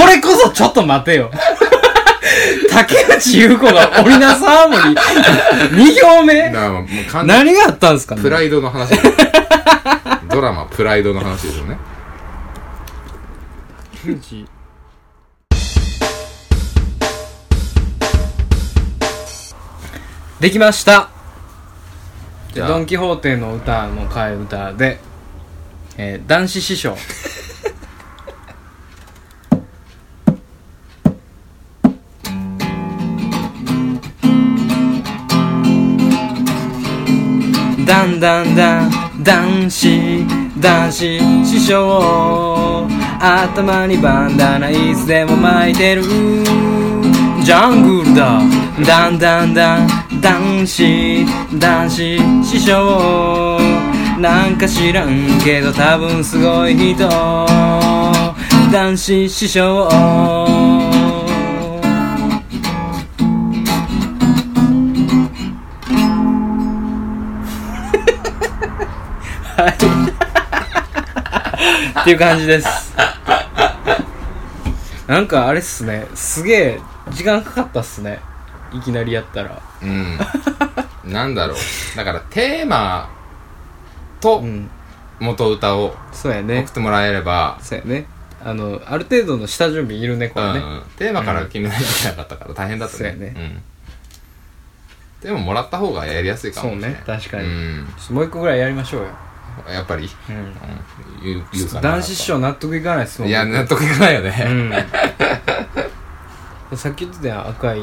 [SPEAKER 2] これこそちょっと待てよ竹内優子が織りなすハーモニー2
[SPEAKER 1] だ
[SPEAKER 2] 行
[SPEAKER 1] か
[SPEAKER 2] 目
[SPEAKER 1] らもう完全に
[SPEAKER 2] 何があったんですかね
[SPEAKER 1] プライドの話ドラマプライドの話ですよね
[SPEAKER 2] 竹内できました
[SPEAKER 1] じゃあ
[SPEAKER 2] ドン・キホーテの歌の替え歌で、えー男子師匠だんだんだん男子男子師匠頭にバンダナいつでも巻いてるジャングルだだんだんだん男子男子師匠なんか知らんけど多分すごい人男子師匠っていう感じですなんかあれっすねすげえ時間かかったっすねいきなりやったら
[SPEAKER 1] うんなんだろうだからテーマと
[SPEAKER 2] うん
[SPEAKER 1] 元歌を
[SPEAKER 2] そうやね
[SPEAKER 1] 送ってもらえれば、
[SPEAKER 2] そうやねあのある程度の下準備いるねこ
[SPEAKER 1] う
[SPEAKER 2] れね、
[SPEAKER 1] ん、テーマから決めないといけなかったから大変だったね
[SPEAKER 2] そうや
[SPEAKER 1] うん、でももらった方がやりやすいか
[SPEAKER 2] そ
[SPEAKER 1] も
[SPEAKER 2] う
[SPEAKER 1] しれない
[SPEAKER 2] ね確かに、
[SPEAKER 1] うん
[SPEAKER 2] ちょっともう一個ぐらいやりましょうよ、
[SPEAKER 1] やっぱり、
[SPEAKER 2] うん、
[SPEAKER 1] うん、言う言うかな
[SPEAKER 2] 男子師匠納得いかないっすもん
[SPEAKER 1] いや納得いかないよね、
[SPEAKER 2] うん、さっき言ってたやん赤い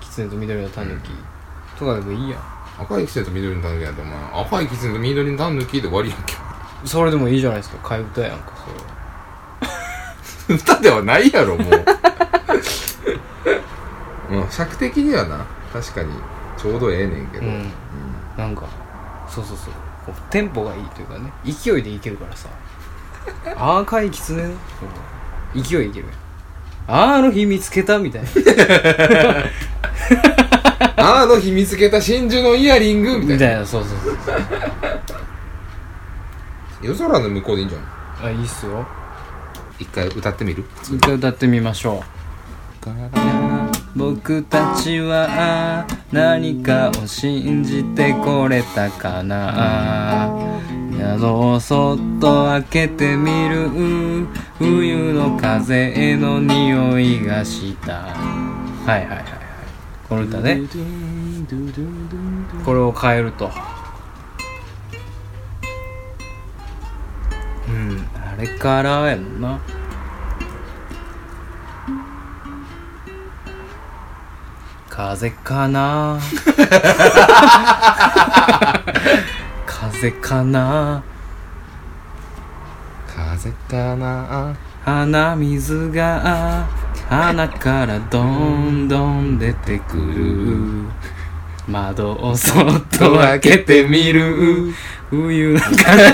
[SPEAKER 2] 狐と緑のタヌキとかでもいいやん
[SPEAKER 1] 赤い狐と緑のタヌキなんてお前赤い狐と緑のタヌキで終わりやんけ
[SPEAKER 2] それでもいいじゃないですか替え歌やんかそ れ
[SPEAKER 1] 歌ではないやろもう うん尺的にはな確かにちょうどええねんけど、
[SPEAKER 2] うんなんかそうそうそうこうテンポがいいというかね勢いでいけるから さあーかいきつねのうん勢いでいけるやんあーあの日見つけた みたいな
[SPEAKER 1] あの日見つけた真珠のイヤリングみたい
[SPEAKER 2] み
[SPEAKER 1] な
[SPEAKER 2] たいなそうそうそう
[SPEAKER 1] 夜空の向こうでいいんじゃん
[SPEAKER 2] あいいっすよ
[SPEAKER 1] 一回歌ってみる
[SPEAKER 2] 一回歌ってみましょう僕たちは何かを信じてこれたかな窓をそっと開けてみる冬の風の匂いがしたはいはいはいはいこの歌ねこれを変えるとうんあれからやもんな風かな風かな
[SPEAKER 1] 風かな
[SPEAKER 2] 鼻水が鼻からどんどん出てくる窓をそっと開けてみる冬の風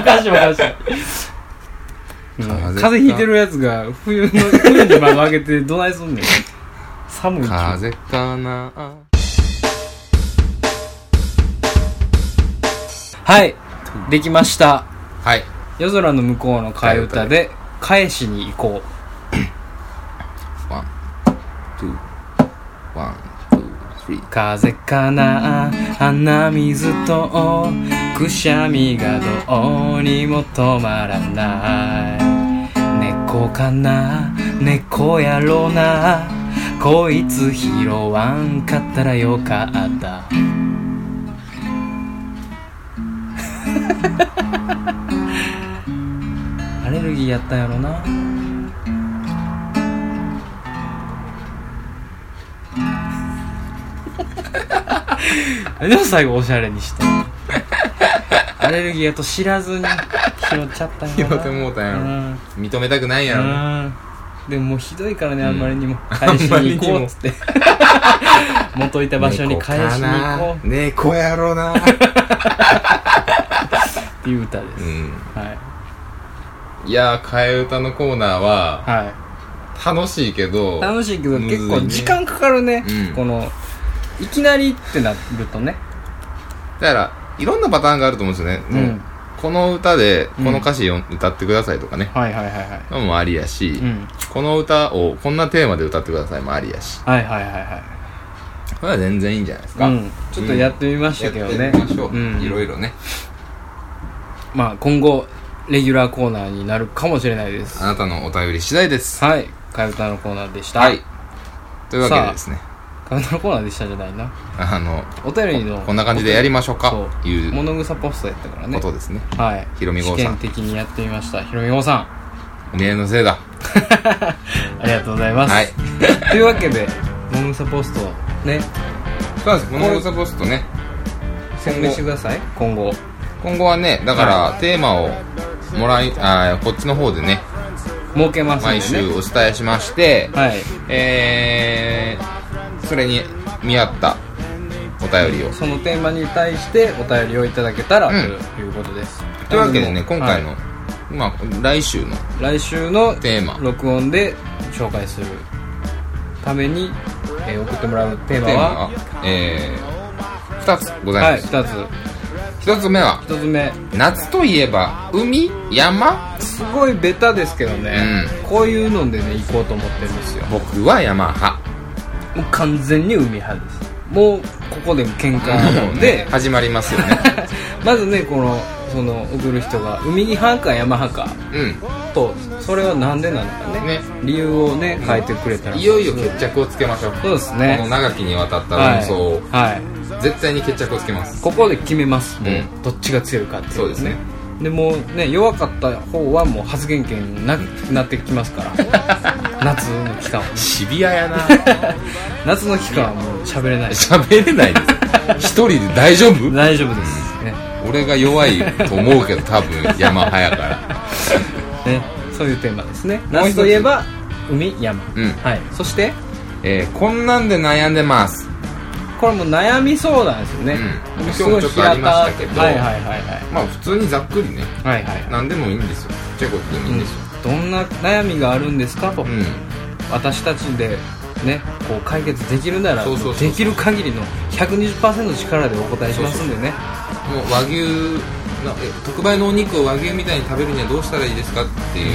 [SPEAKER 2] おかしいおかしいうん
[SPEAKER 1] 風邪
[SPEAKER 2] 風邪ひいてるやつが冬の冬に窓開けてどないすんねん寒いっ
[SPEAKER 1] 風かな
[SPEAKER 2] ちゅうはいできました
[SPEAKER 1] はい
[SPEAKER 2] 夜空の向こうの替え歌で返しに行こう
[SPEAKER 1] ワンくり
[SPEAKER 2] 風かな鼻水とくしゃみがどうにも止まらない猫かな猫やろなこいつ拾わんかったらよかったアレルギーやったんやろな でも最後おしゃれにしたアレルギーやと知らずに拾っちゃったんや
[SPEAKER 1] 拾
[SPEAKER 2] な
[SPEAKER 1] ってもうたんやろ
[SPEAKER 2] うん
[SPEAKER 1] 認めたくないやろ、
[SPEAKER 2] うんでももうひどいからねあんまりにも
[SPEAKER 1] ん
[SPEAKER 2] 返しに行こうっつって 元いた場所に返しに行こう
[SPEAKER 1] 猫かな猫やろ な
[SPEAKER 2] っていう歌で
[SPEAKER 1] う
[SPEAKER 2] す、はい
[SPEAKER 1] んいやー替え歌のコーナーは
[SPEAKER 2] は
[SPEAKER 1] 楽しいけど
[SPEAKER 2] い楽しいけど
[SPEAKER 1] むずいね
[SPEAKER 2] 結構時間かかるね
[SPEAKER 1] うん
[SPEAKER 2] このいきなりってなるとね
[SPEAKER 1] だからいろんなパターンがあると思うんですよね、
[SPEAKER 2] うん
[SPEAKER 1] もうこの歌で
[SPEAKER 2] うん
[SPEAKER 1] この歌詞を歌ってくださいとかね、
[SPEAKER 2] はいはいはいはい
[SPEAKER 1] のもありやし、
[SPEAKER 2] うん
[SPEAKER 1] この歌をこんなテーマで歌ってくださいもありやし
[SPEAKER 2] はいはいはいはい
[SPEAKER 1] これは全然いいんじゃないですか、
[SPEAKER 2] うん、ちょっとやってみましたけどね、
[SPEAKER 1] やってみましょう、
[SPEAKER 2] ん
[SPEAKER 1] いろいろね
[SPEAKER 2] まあ今後レギュラーコーナーになるかもしれないです
[SPEAKER 1] あなたのお便り次第です
[SPEAKER 2] はい替え歌のコーナーでした
[SPEAKER 1] はいというわけでですね
[SPEAKER 2] 替え歌のコーナーでしたじゃないな
[SPEAKER 1] あの
[SPEAKER 2] お便りの
[SPEAKER 1] こんな感じでやりましょうか
[SPEAKER 2] そう
[SPEAKER 1] というこ
[SPEAKER 2] 物草ポストやったからね
[SPEAKER 1] とですね
[SPEAKER 2] はい
[SPEAKER 1] ひろみごう
[SPEAKER 2] 試
[SPEAKER 1] さん
[SPEAKER 2] 験的にやってみましたひろみごうさん
[SPEAKER 1] お見合いのせいだ
[SPEAKER 2] ありがとうございます、
[SPEAKER 1] はい
[SPEAKER 2] というわけで物草ポストね
[SPEAKER 1] そうなんです物草ポストね
[SPEAKER 2] 宣伝してください今後
[SPEAKER 1] 今後はねだからテーマをもらいあーこっちの方でね
[SPEAKER 2] 儲けますんでね
[SPEAKER 1] 毎週お伝えしまして、
[SPEAKER 2] はい
[SPEAKER 1] えー、それに見合ったお便りを
[SPEAKER 2] そのテーマに対してお便りをいただけたら、
[SPEAKER 1] うん
[SPEAKER 2] ということです
[SPEAKER 1] というわけでね
[SPEAKER 2] なの
[SPEAKER 1] 今回の、
[SPEAKER 2] はい
[SPEAKER 1] まあ来週の
[SPEAKER 2] 来週の
[SPEAKER 1] テーマ
[SPEAKER 2] 録音で紹介するために、えー送ってもらうテーマ
[SPEAKER 1] テーマ
[SPEAKER 2] は
[SPEAKER 1] は、えー、2つござい
[SPEAKER 2] は
[SPEAKER 1] ま
[SPEAKER 2] い
[SPEAKER 1] す、
[SPEAKER 2] 2
[SPEAKER 1] 一1つ目は
[SPEAKER 2] つ1つ目
[SPEAKER 1] 夏といえば海山
[SPEAKER 2] すごいベタですけどね、こういうのでね行こうと思ってるんですよ
[SPEAKER 1] 僕は山派
[SPEAKER 2] もう完全に海派ですもうここで喧嘩なので
[SPEAKER 1] 始まりますよね
[SPEAKER 2] まずねこのその送る人が海派か山派か
[SPEAKER 1] う
[SPEAKER 2] とそれは何でなのかね
[SPEAKER 1] ね
[SPEAKER 2] 理由をね書いてくれたら
[SPEAKER 1] んいよいよ決着をつけましょう
[SPEAKER 2] そうです
[SPEAKER 1] こ
[SPEAKER 2] ね
[SPEAKER 1] の長きにわたった論
[SPEAKER 2] はい
[SPEAKER 1] 争を、
[SPEAKER 2] はい
[SPEAKER 1] 絶対に決着をつけます
[SPEAKER 2] ここで決めますもう、
[SPEAKER 1] うん
[SPEAKER 2] どっちが強いかっていう,、
[SPEAKER 1] そうですね
[SPEAKER 2] でもうね弱かった方はもう発言権なくなってきますから 夏の期間は
[SPEAKER 1] シビアやな
[SPEAKER 2] 夏の期間はもう喋れないで す
[SPEAKER 1] 喋れないです一人で大丈夫
[SPEAKER 2] 大丈夫ですね
[SPEAKER 1] 俺が弱いと思うけど多分山派やから
[SPEAKER 2] ね、そういうテーマですね
[SPEAKER 1] もう一つ
[SPEAKER 2] 夏といえば海山、
[SPEAKER 1] うん
[SPEAKER 2] はい、そして
[SPEAKER 1] えー、こんなんで悩んでます
[SPEAKER 2] これも悩み相談ですよね、
[SPEAKER 1] うん
[SPEAKER 2] 僕すごい
[SPEAKER 1] 今日もちょっとありましたけど
[SPEAKER 2] 日当たってはいはいはいはい
[SPEAKER 1] まあ普通にざっくりね
[SPEAKER 2] はいはいはい
[SPEAKER 1] 何でもいいんですよちっちゃいことでもいいんですよ、
[SPEAKER 2] どんな悩みがあるんですかと、
[SPEAKER 1] うん
[SPEAKER 2] 私たちでねこう解決できるなら
[SPEAKER 1] そうそうそう
[SPEAKER 2] できる限りの120%の力でお答えしますんでね
[SPEAKER 1] もう和牛のえ特売のお肉を和牛みたいに食べるにはどうしたらいいですかっていう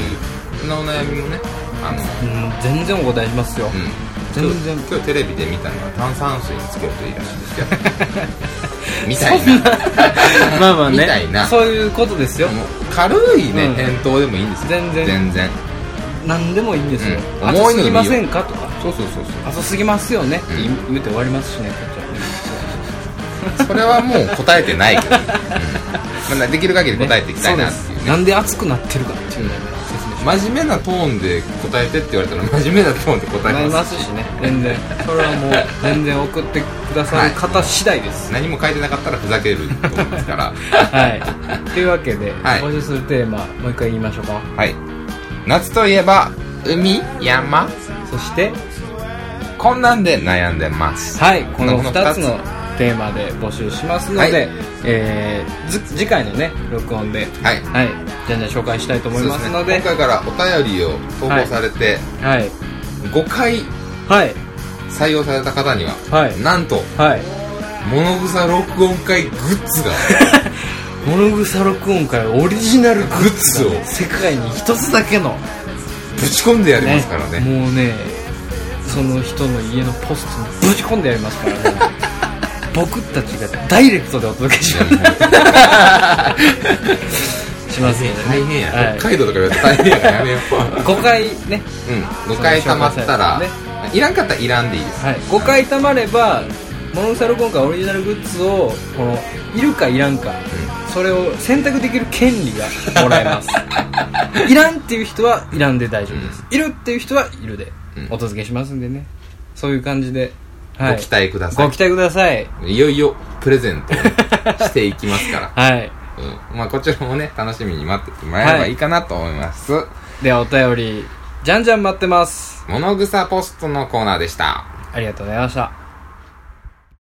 [SPEAKER 1] そんなお悩みもねあの
[SPEAKER 2] うん全然お答えしますよ、
[SPEAKER 1] うん
[SPEAKER 2] 全然
[SPEAKER 1] 今日今日テレビで見たのは炭酸水につけるといいらしいで すよみた
[SPEAKER 2] そ
[SPEAKER 1] い
[SPEAKER 2] んな
[SPEAKER 1] な
[SPEAKER 2] まあまあ
[SPEAKER 1] みたいな
[SPEAKER 2] ねそういうことですよ
[SPEAKER 1] もう軽いね、
[SPEAKER 2] うん
[SPEAKER 1] 返答でもいいんですよ
[SPEAKER 2] 全然
[SPEAKER 1] 全然
[SPEAKER 2] 何でもいいんですよ、
[SPEAKER 1] うん
[SPEAKER 2] 熱
[SPEAKER 1] 重い
[SPEAKER 2] す
[SPEAKER 1] のでもいいよ
[SPEAKER 2] ぎませんかとか
[SPEAKER 1] そうそうそうそ
[SPEAKER 2] 浅すぎますよね、
[SPEAKER 1] うん
[SPEAKER 2] 言うて終わりますしねこっちはね
[SPEAKER 1] うそれはもう答えてないけど、うんまあ、できる限り答えていきたいなっ
[SPEAKER 2] そ
[SPEAKER 1] て
[SPEAKER 2] う
[SPEAKER 1] い
[SPEAKER 2] で
[SPEAKER 1] う
[SPEAKER 2] す
[SPEAKER 1] ね
[SPEAKER 2] なんで熱くなってるかっていうのを説明し
[SPEAKER 1] 真面目なトーンで答えてって言われたら真面目なトーンで答
[SPEAKER 2] な
[SPEAKER 1] え
[SPEAKER 2] り
[SPEAKER 1] ま
[SPEAKER 2] ますすしね全然それはもう全然送ってくださる方次第です
[SPEAKER 1] 何も書いてなかったらふざけると思いますから
[SPEAKER 2] はいというわけで、
[SPEAKER 1] はい
[SPEAKER 2] 募集するテーマもう一回言いましょうか
[SPEAKER 1] はい夏といえば海山
[SPEAKER 2] そして
[SPEAKER 1] こんなんで悩んでます
[SPEAKER 2] はいこの
[SPEAKER 1] この
[SPEAKER 2] 2つの
[SPEAKER 1] 二
[SPEAKER 2] テーマで募集しますので、
[SPEAKER 1] はい
[SPEAKER 2] えーず次回のね録音で
[SPEAKER 1] はい
[SPEAKER 2] はいじゃんじゃん紹介したいと思いますので
[SPEAKER 1] そうすね今回からお便りを投稿されて、
[SPEAKER 2] はい
[SPEAKER 1] 5回
[SPEAKER 2] はい
[SPEAKER 1] 採用された方には、
[SPEAKER 2] はい
[SPEAKER 1] なんと
[SPEAKER 2] はい
[SPEAKER 1] 物草録音会グッ ズが
[SPEAKER 2] 物草録音会オリジナルグッズ
[SPEAKER 1] グッズを
[SPEAKER 2] を世界に一つだけの
[SPEAKER 1] ぶち込んでやりますからね
[SPEAKER 2] もうねその人の家のポストにぶち込んでやりますからね 僕たちがダイレクトでお届けしますしますのでね
[SPEAKER 1] 大変や、
[SPEAKER 2] はい
[SPEAKER 1] 北海道とか言われたら大変やからやめよう
[SPEAKER 2] 誤解ね
[SPEAKER 1] うん誤解たまったら、
[SPEAKER 2] ね
[SPEAKER 1] いらんかったらいらんでいいです、
[SPEAKER 2] はい、5回貯まればモノサル今回オリジナルグッズをこのいるかいらんか、それを選択できる権利がもらえます いらんっていう人はいらんで大丈夫です、いるっていう人はいるで、
[SPEAKER 1] うん
[SPEAKER 2] お届けしますんでねそういう感じで、はい、
[SPEAKER 1] ご期待くださ
[SPEAKER 2] ご期待ください
[SPEAKER 1] いいよいよプレゼントをしていきます か
[SPEAKER 2] はい
[SPEAKER 1] ら、うんまあ、こちらもね楽しみに待っててもらえればいいかなと思います、
[SPEAKER 2] ではお便りじゃんじゃん待ってます
[SPEAKER 1] 物草ポストのコーナーでした
[SPEAKER 2] ありがとうございました